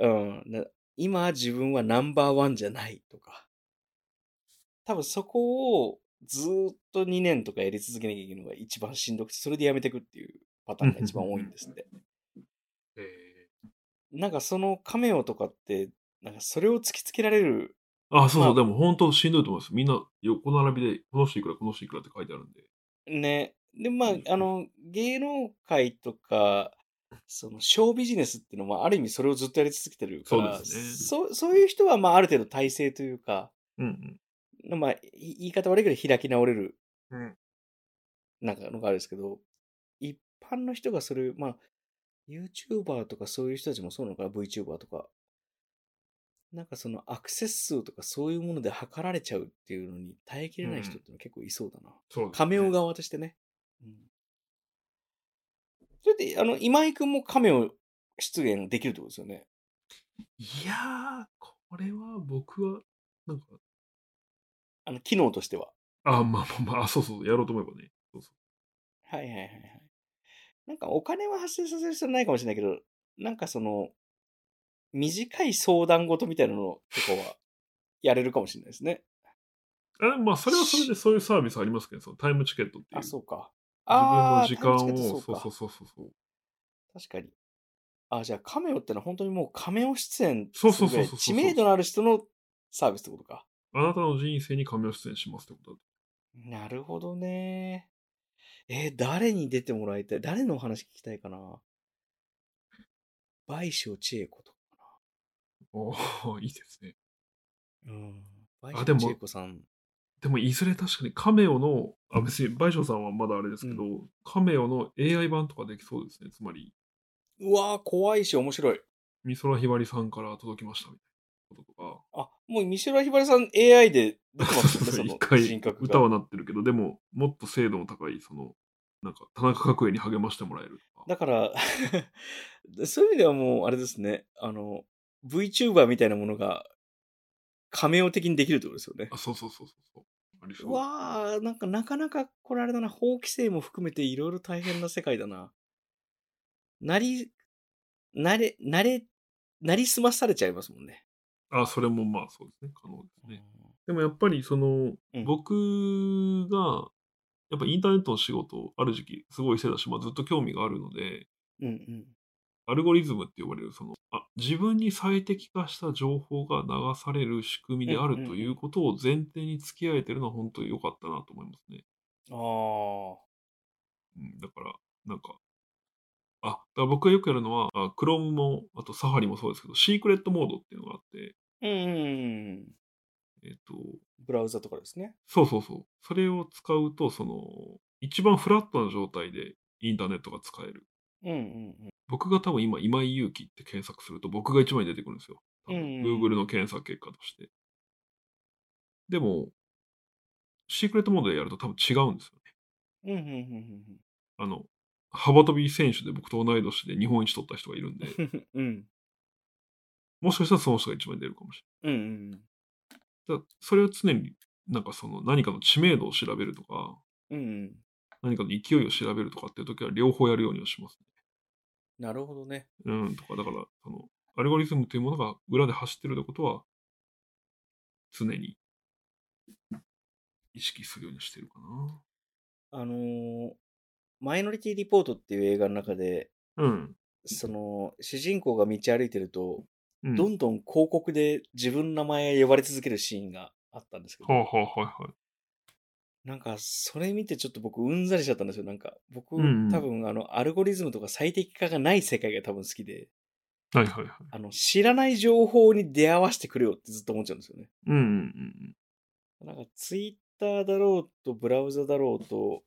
うん、な今自分はナンバーワンじゃないとか。多分そこをずーっと2年とかやり続けなきゃいけないのが一番しんどくて、それでやめてくっていうパターンが一番多いんですって。
え
なんかそのカメオとかって、なんかそれを突きつけられる。
ーあ、そうそう、
ま
でも本当しんどいと思います。みんな横並びで、この人いくら、この人いくらって書いてあるんで。
ね。で、まあ
うん、
あの、芸能界とか、その、ショービジネスっていうのは、ある意味それをずっとやり続けてるから、
そうですね
そうそういう人は、まあ、ある程度体制というか、
うん
まあ、い言い方悪いけど開き直れる
うん。うん。
なんかのがあるんですけど、一般の人がそれ、まあ、YouTuber とかそういう人たちもそうなのかな、VTuber とか。なんかそのアクセス数とかそういうもので測られちゃうっていうのに耐えきれない人っての結構いそうだな。
そうですね
カメオ。側としてね。うん。それって、あの、今井くんもカメオ出現できるってことですよね。
いやー、これは僕は、なんか、
あの、機能としては。
あ、まあまあまあ、そうそう、やろうと思えばね。そうそ
はいはいはいはい。なんかお金は発生させる必要ないかもしれないけど、なんかその、短い相談事みたいなのとかは、やれるかもしれないですね。
う。あでもまあ、それはそれでそういうサービスありますけど、そのタイムチケットっていう。
あ、そうか。あー
自分の時
タイムチ
間
ケット
を、そ
そううか
そうそうそうそう。
確かに。あ、じゃあカメオってのは本当にもうカメオ出演
そうそうそうそう
するぐらい知名度のある人のサービスってことか。
あなたの人生にカメオ出演しますってことだ
なるほどね。えー誰に出てもらいたい誰のお話聞きたいかな倍賞千恵子とか
おー いいですね。
な。うん。倍
で
賞
も
千恵子さん。
でも、いずれ確かにカメオの、あ、別に、倍賞さんはまだあれですけど、カメオの AI 版とかできそうですね。つまり、
うわー怖いし面白い。
美空ひばりさんから届きましたみたいなこととか。
あ、もう美空ひばりさん AI で出てますよね、そ
一
の
回
人格
歌は
が。
なってるけど、でも、もっと精度の高い、その、なんか、田中角栄に励ましてもらえるとか。
だから、 そういう意味ではもう、あれですね、あの、VTuber みたいなものが、仮オ的にできるってことですよね
あ、。そうそうそうそうそう。ありそう
う。わあ、なんかなかなかこれあれだな、法規制も含めていろいろ大変な世界だな。なり、なれ、なれ、なりすまされちゃいますもんね。
あ、それもまあそうですね、可能ですね。でもやっぱりその、
うん
僕が、やっぱインターネットの仕事、ある時期、すごいしてたし、まあ、ずっと興味があるので、
うんうん。
アルゴリズムって呼ばれる、その、あ、自分に最適化した情報が流される仕組みであ
うんう
る
ん
ということを前提に付き合えてるのは本当に良かったなと思いますね。
ああ。
うん、だから、なんか、あ、だから僕がよくやるのは、あ Chrome も、あと Safari もそうですけど、シークレットモードっていうのがあって、
うんうんうん。
えっ、と、
ブラウザとかですね。
そうそうそう。それを使うと、その、一番フラットな状態でインターネットが使える。
うんうんうん。
僕が多分今、今井祐希って検索すると、僕が一番に出てくるんですよ。多分
うんうん
Google の検索結果として。でも、シークレットモードでやると多分違うんですよね。
うんうんうんうんうん。
あの、幅跳び選手で僕と同い年で日本一取った人がいるんで、
うん。
もしかしたらその人が一番に出るかもし
うんうん
れない。だからそれを常に、なんかその何かの知名度を調べるとか、
うん。うんうん。
何かの勢いを調べるとかっていう時は両方やるようにはしますね。
なるほどね。
うん、とか、だから、その、アルゴリズムというものが裏で走ってるってことは、常に意識するようにしてるかな。
あのーマイノリティリポートっていう映画の中で、
うん。
その、主人公が道歩いてると、
うん、
どんどん広告で自分の名前が呼ばれ続けるシーンがあったんですけ
はあ、
ど、
はあはいはい。
なんか、それ見てちょっと僕、うんざりしちゃったんですよ。なんか、僕、
うんうん
多分、あの、アルゴリズムとか最適化がない世界が多分好きで、
はいはいはい。
あの、知らない情報に出会わせてくれよってずっと思っちゃうんですよね。
うんうんうん
なんかツイッターだろうと、ブラウザだろうと、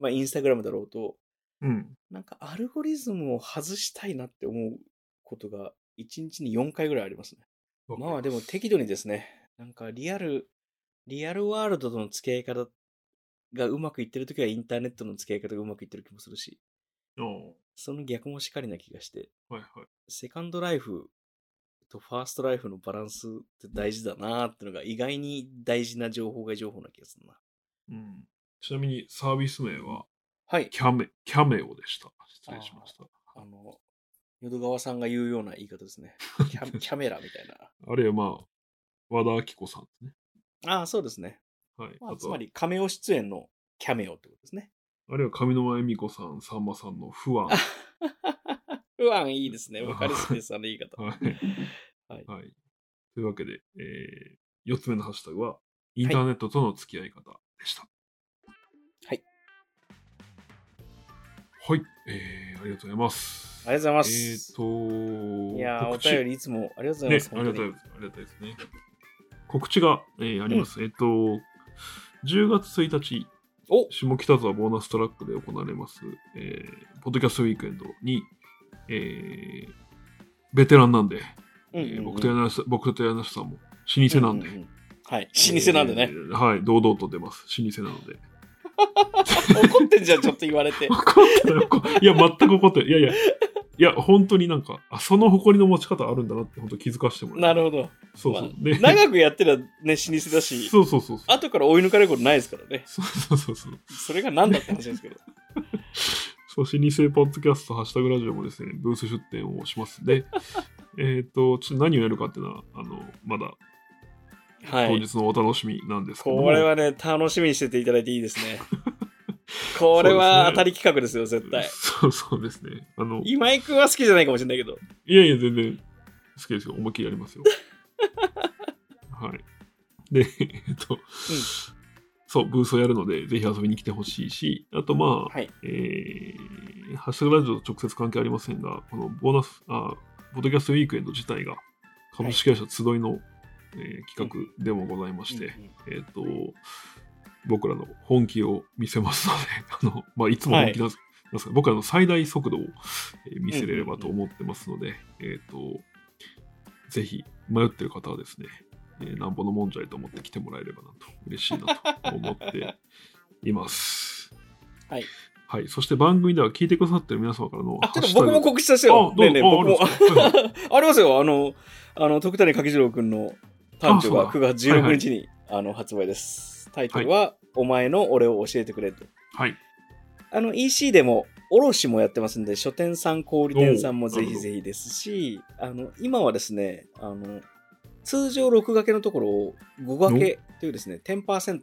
まあインスタグラムだろうと、
うん。うん。
なんかアルゴリズムを外したいなって思うことが1日に4回ぐらいありますね。
わかり
まあでも適度にですね、なんかリアル、リアルワールドとの付き合い方がうまくいってるときはインターネットの付き合い方がうまくいってる気もするし、
ああ
その逆もしかりな気がして、
はいはい。
セカンドライフとファーストライフのバランスって大事だなーってのが意外に大事な情報が情報な気がするな。
うん、ちなみにサービス名は
はい。
キャメキャメオでした。失礼しました。
あの、淀川さんが言うような言い方です ね。キャキャメラみたいな。
あるいはまあ、和田アキ子さんですね。
ああ、そうですね。
はい。
ま
あ
あ、つ
と
ま
は、
り、カメオ出演のキャメオってことですね。
あるいは上沼恵美子さん、さんまさんの不 安。
不安いいですね。わかりやすいです、あの言い方。
はい
はい。
はい。というわけで、え4つ目のハッシュタグは、インターネットとの付き合い方でした。
はい。
はい。えー、ありがとうございます。
ありがとうございます。
えーと、
いやー、お
告知
便りいつもありがとうござい
ね
ま、す。
ありが
本
た
当
い
に
です。ありがたいですね。告知が、えーあります。えっと、10月1日、
お
下北沢ボーナストラックで行われます、えーポッドキャストウィークエンドに、えーベテランなんで、
うん
えー
うんうん
僕と柳瀬僕と柳瀬さんも老舗なんで、
うううはい。老舗なんでね
え。ーはい、堂々と出ます。老舗なので。
怒ってんじゃん、ちょっと言われて。
怒ってない怒いや、全く怒ってない。いやいや、いや、本当になんか、あ、その誇りの持ち方あるんだなって、本当気づかせてもら
なる
ほ
ほど。
ど。そうそう。で
まあ長くやってりゃね、老舗だし、
そうそうそうそう。
後から追い抜かれることないですからね。
そうそうそうそう。
それが何だって話ですけ ど。
そう、老舗ポッドキャスト、ハッシュタグラジオもですね、ブース出店をします。 で、えっと、ちょっと何をやるかっていうのは、あの、まだ
は
当
い。
日のお楽しみなんですけども、
これはね、楽しみにしてていただいていいです ね。これは当たり企画ですよ、絶対。
そうそうですね。あの、
今井君は好きじゃないかもしれないけど。
いやいや、全然好きですよ。思いっきりやりま すよ。はい。で、えっと、そう、ブースをやるので、ぜひ遊びに来てほしいし、あとまあ、
はい。
えーハッシュタグラジオと直接関係ありませんが、このボーナス、あ、ポッドキャストウィークエンド自体が、株式会社集いの、えー企画でもございまして、えっ、と、僕らの本気を見せますので、 あの、まあ、いつも本気なんですなんですが、僕らの最大速度を、えー見せれればと思ってますので、えっ、と、ぜひ迷ってる方はですね、えー、なんぼのもんじゃいと思って来てもらえればなと、嬉しいなと思っています。
はい。
はい。そして番組では聞いてくださってる皆様からの
あ、ちょっと
ハッシュタ
僕
グ
も告知させてよ。
あど
ね
う
え
ぞ
ねえ
あ
僕も。
あるんですか はいは
ありますよ。あの、あの、徳谷柿次郎君の短調が9
あそう
月16日にあの発売です。タイトルは、お前の俺を教えてくれと。
はい。
あの、EC でも、卸もやってますんで、書店さん、小売店さんも
おうな
ぜ
るほ
ひ
ど
ぜひですし、あの、今はですね、あの、通常6掛けのところを5掛けというですね、10%、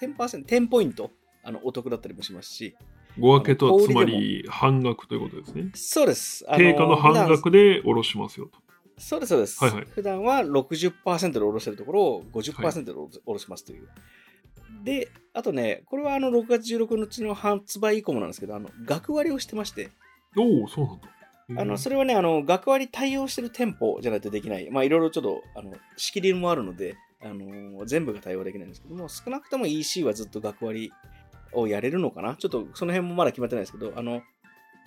10%、10ポイント、あの、お得だったりもしますし、
ご分けとは
あの
つまり半額ということですね。
そうです。あの
定価の半
普段
額で下ろしますよと。
そうです、そうです。
はいはい
普段は60%で下ろしてるところを50%で下ろ下ろしますという。で、あとね、これはあの6月16日の発売以降もなんですけど、あの学割をしてまして、
おお、そうなんだ。うん
あのそれはねあの、学割対応してる店舗じゃないとできない、まあ、いろいろちょっとあの仕切りもあるので、あの全部が対応できないんですけども、少なくとも EC はずっと学割をやれるのかな、ちょっとその辺もまだ決まってないですけど、あの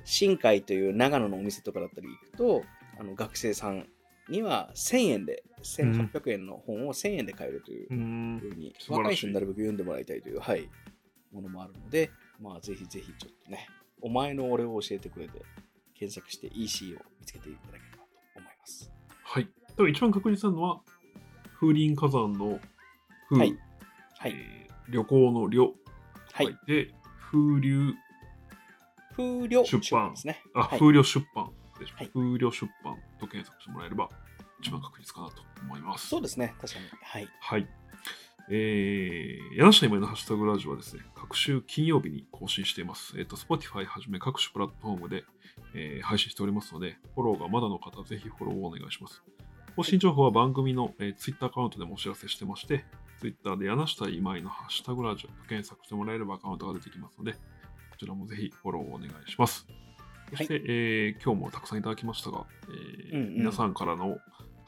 新海という長野のお店とかだったり行くと、あの学生さんには1000円で、1800円の本を1000円で買えるという
うーん
ふうに、
素晴らしい
若い人になるべく読んでもらいたいという、はい、ものもあるので、まあ、ぜひぜひちょっとね、お前の俺を教えてくれて、検索して EC を見つけていただければと思います。
はい。多分一番確実なのは、風林火山の風、
はいはい。
えー旅行の旅、
はい
書いて風流、
風量
出版
ですね。
あ、
はい
風流出版でしょ、
はい
風流出版と検索してもらえれば、一番確実かなと思います。
そうですね、確かに。はい。
はい。えー、柳下今井のハッシュタグラジオはですね、各週金曜日に更新しています。えっ、と、Spotify はじめ各種プラットフォームで、えー配信しておりますので、フォローがまだの方、ぜひフォローをお願いします。更新情報は番組の、えー、Twitter アカウントでもお知らせしてまして、Twitter で柳下今井のハッシュタグラジオと検索してもらえればアカウントが出てきますので、こちらもぜひフォローをお願いします。そして、えー今日もたくさんいただきましたが、えー
うんうん
皆さんからの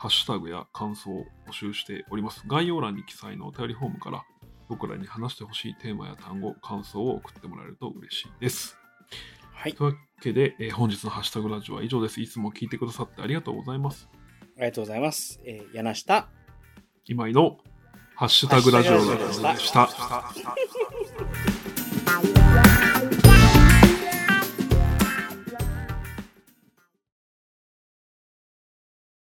ハッシュタグや感想を募集しております。概要欄に記載のお便りフォームから、僕らに話してほしいテーマや単語、感想を送ってもらえると嬉しいです。
はい。
というわけで、えー本日のハッシュタグラジオは以上です。いつも聞いてくださってありがとうございます。
ありがとうございます。えー柳下。
今井のハッシュタグラジオ
ハッシュタグラジオで
で
した
した。
Bye.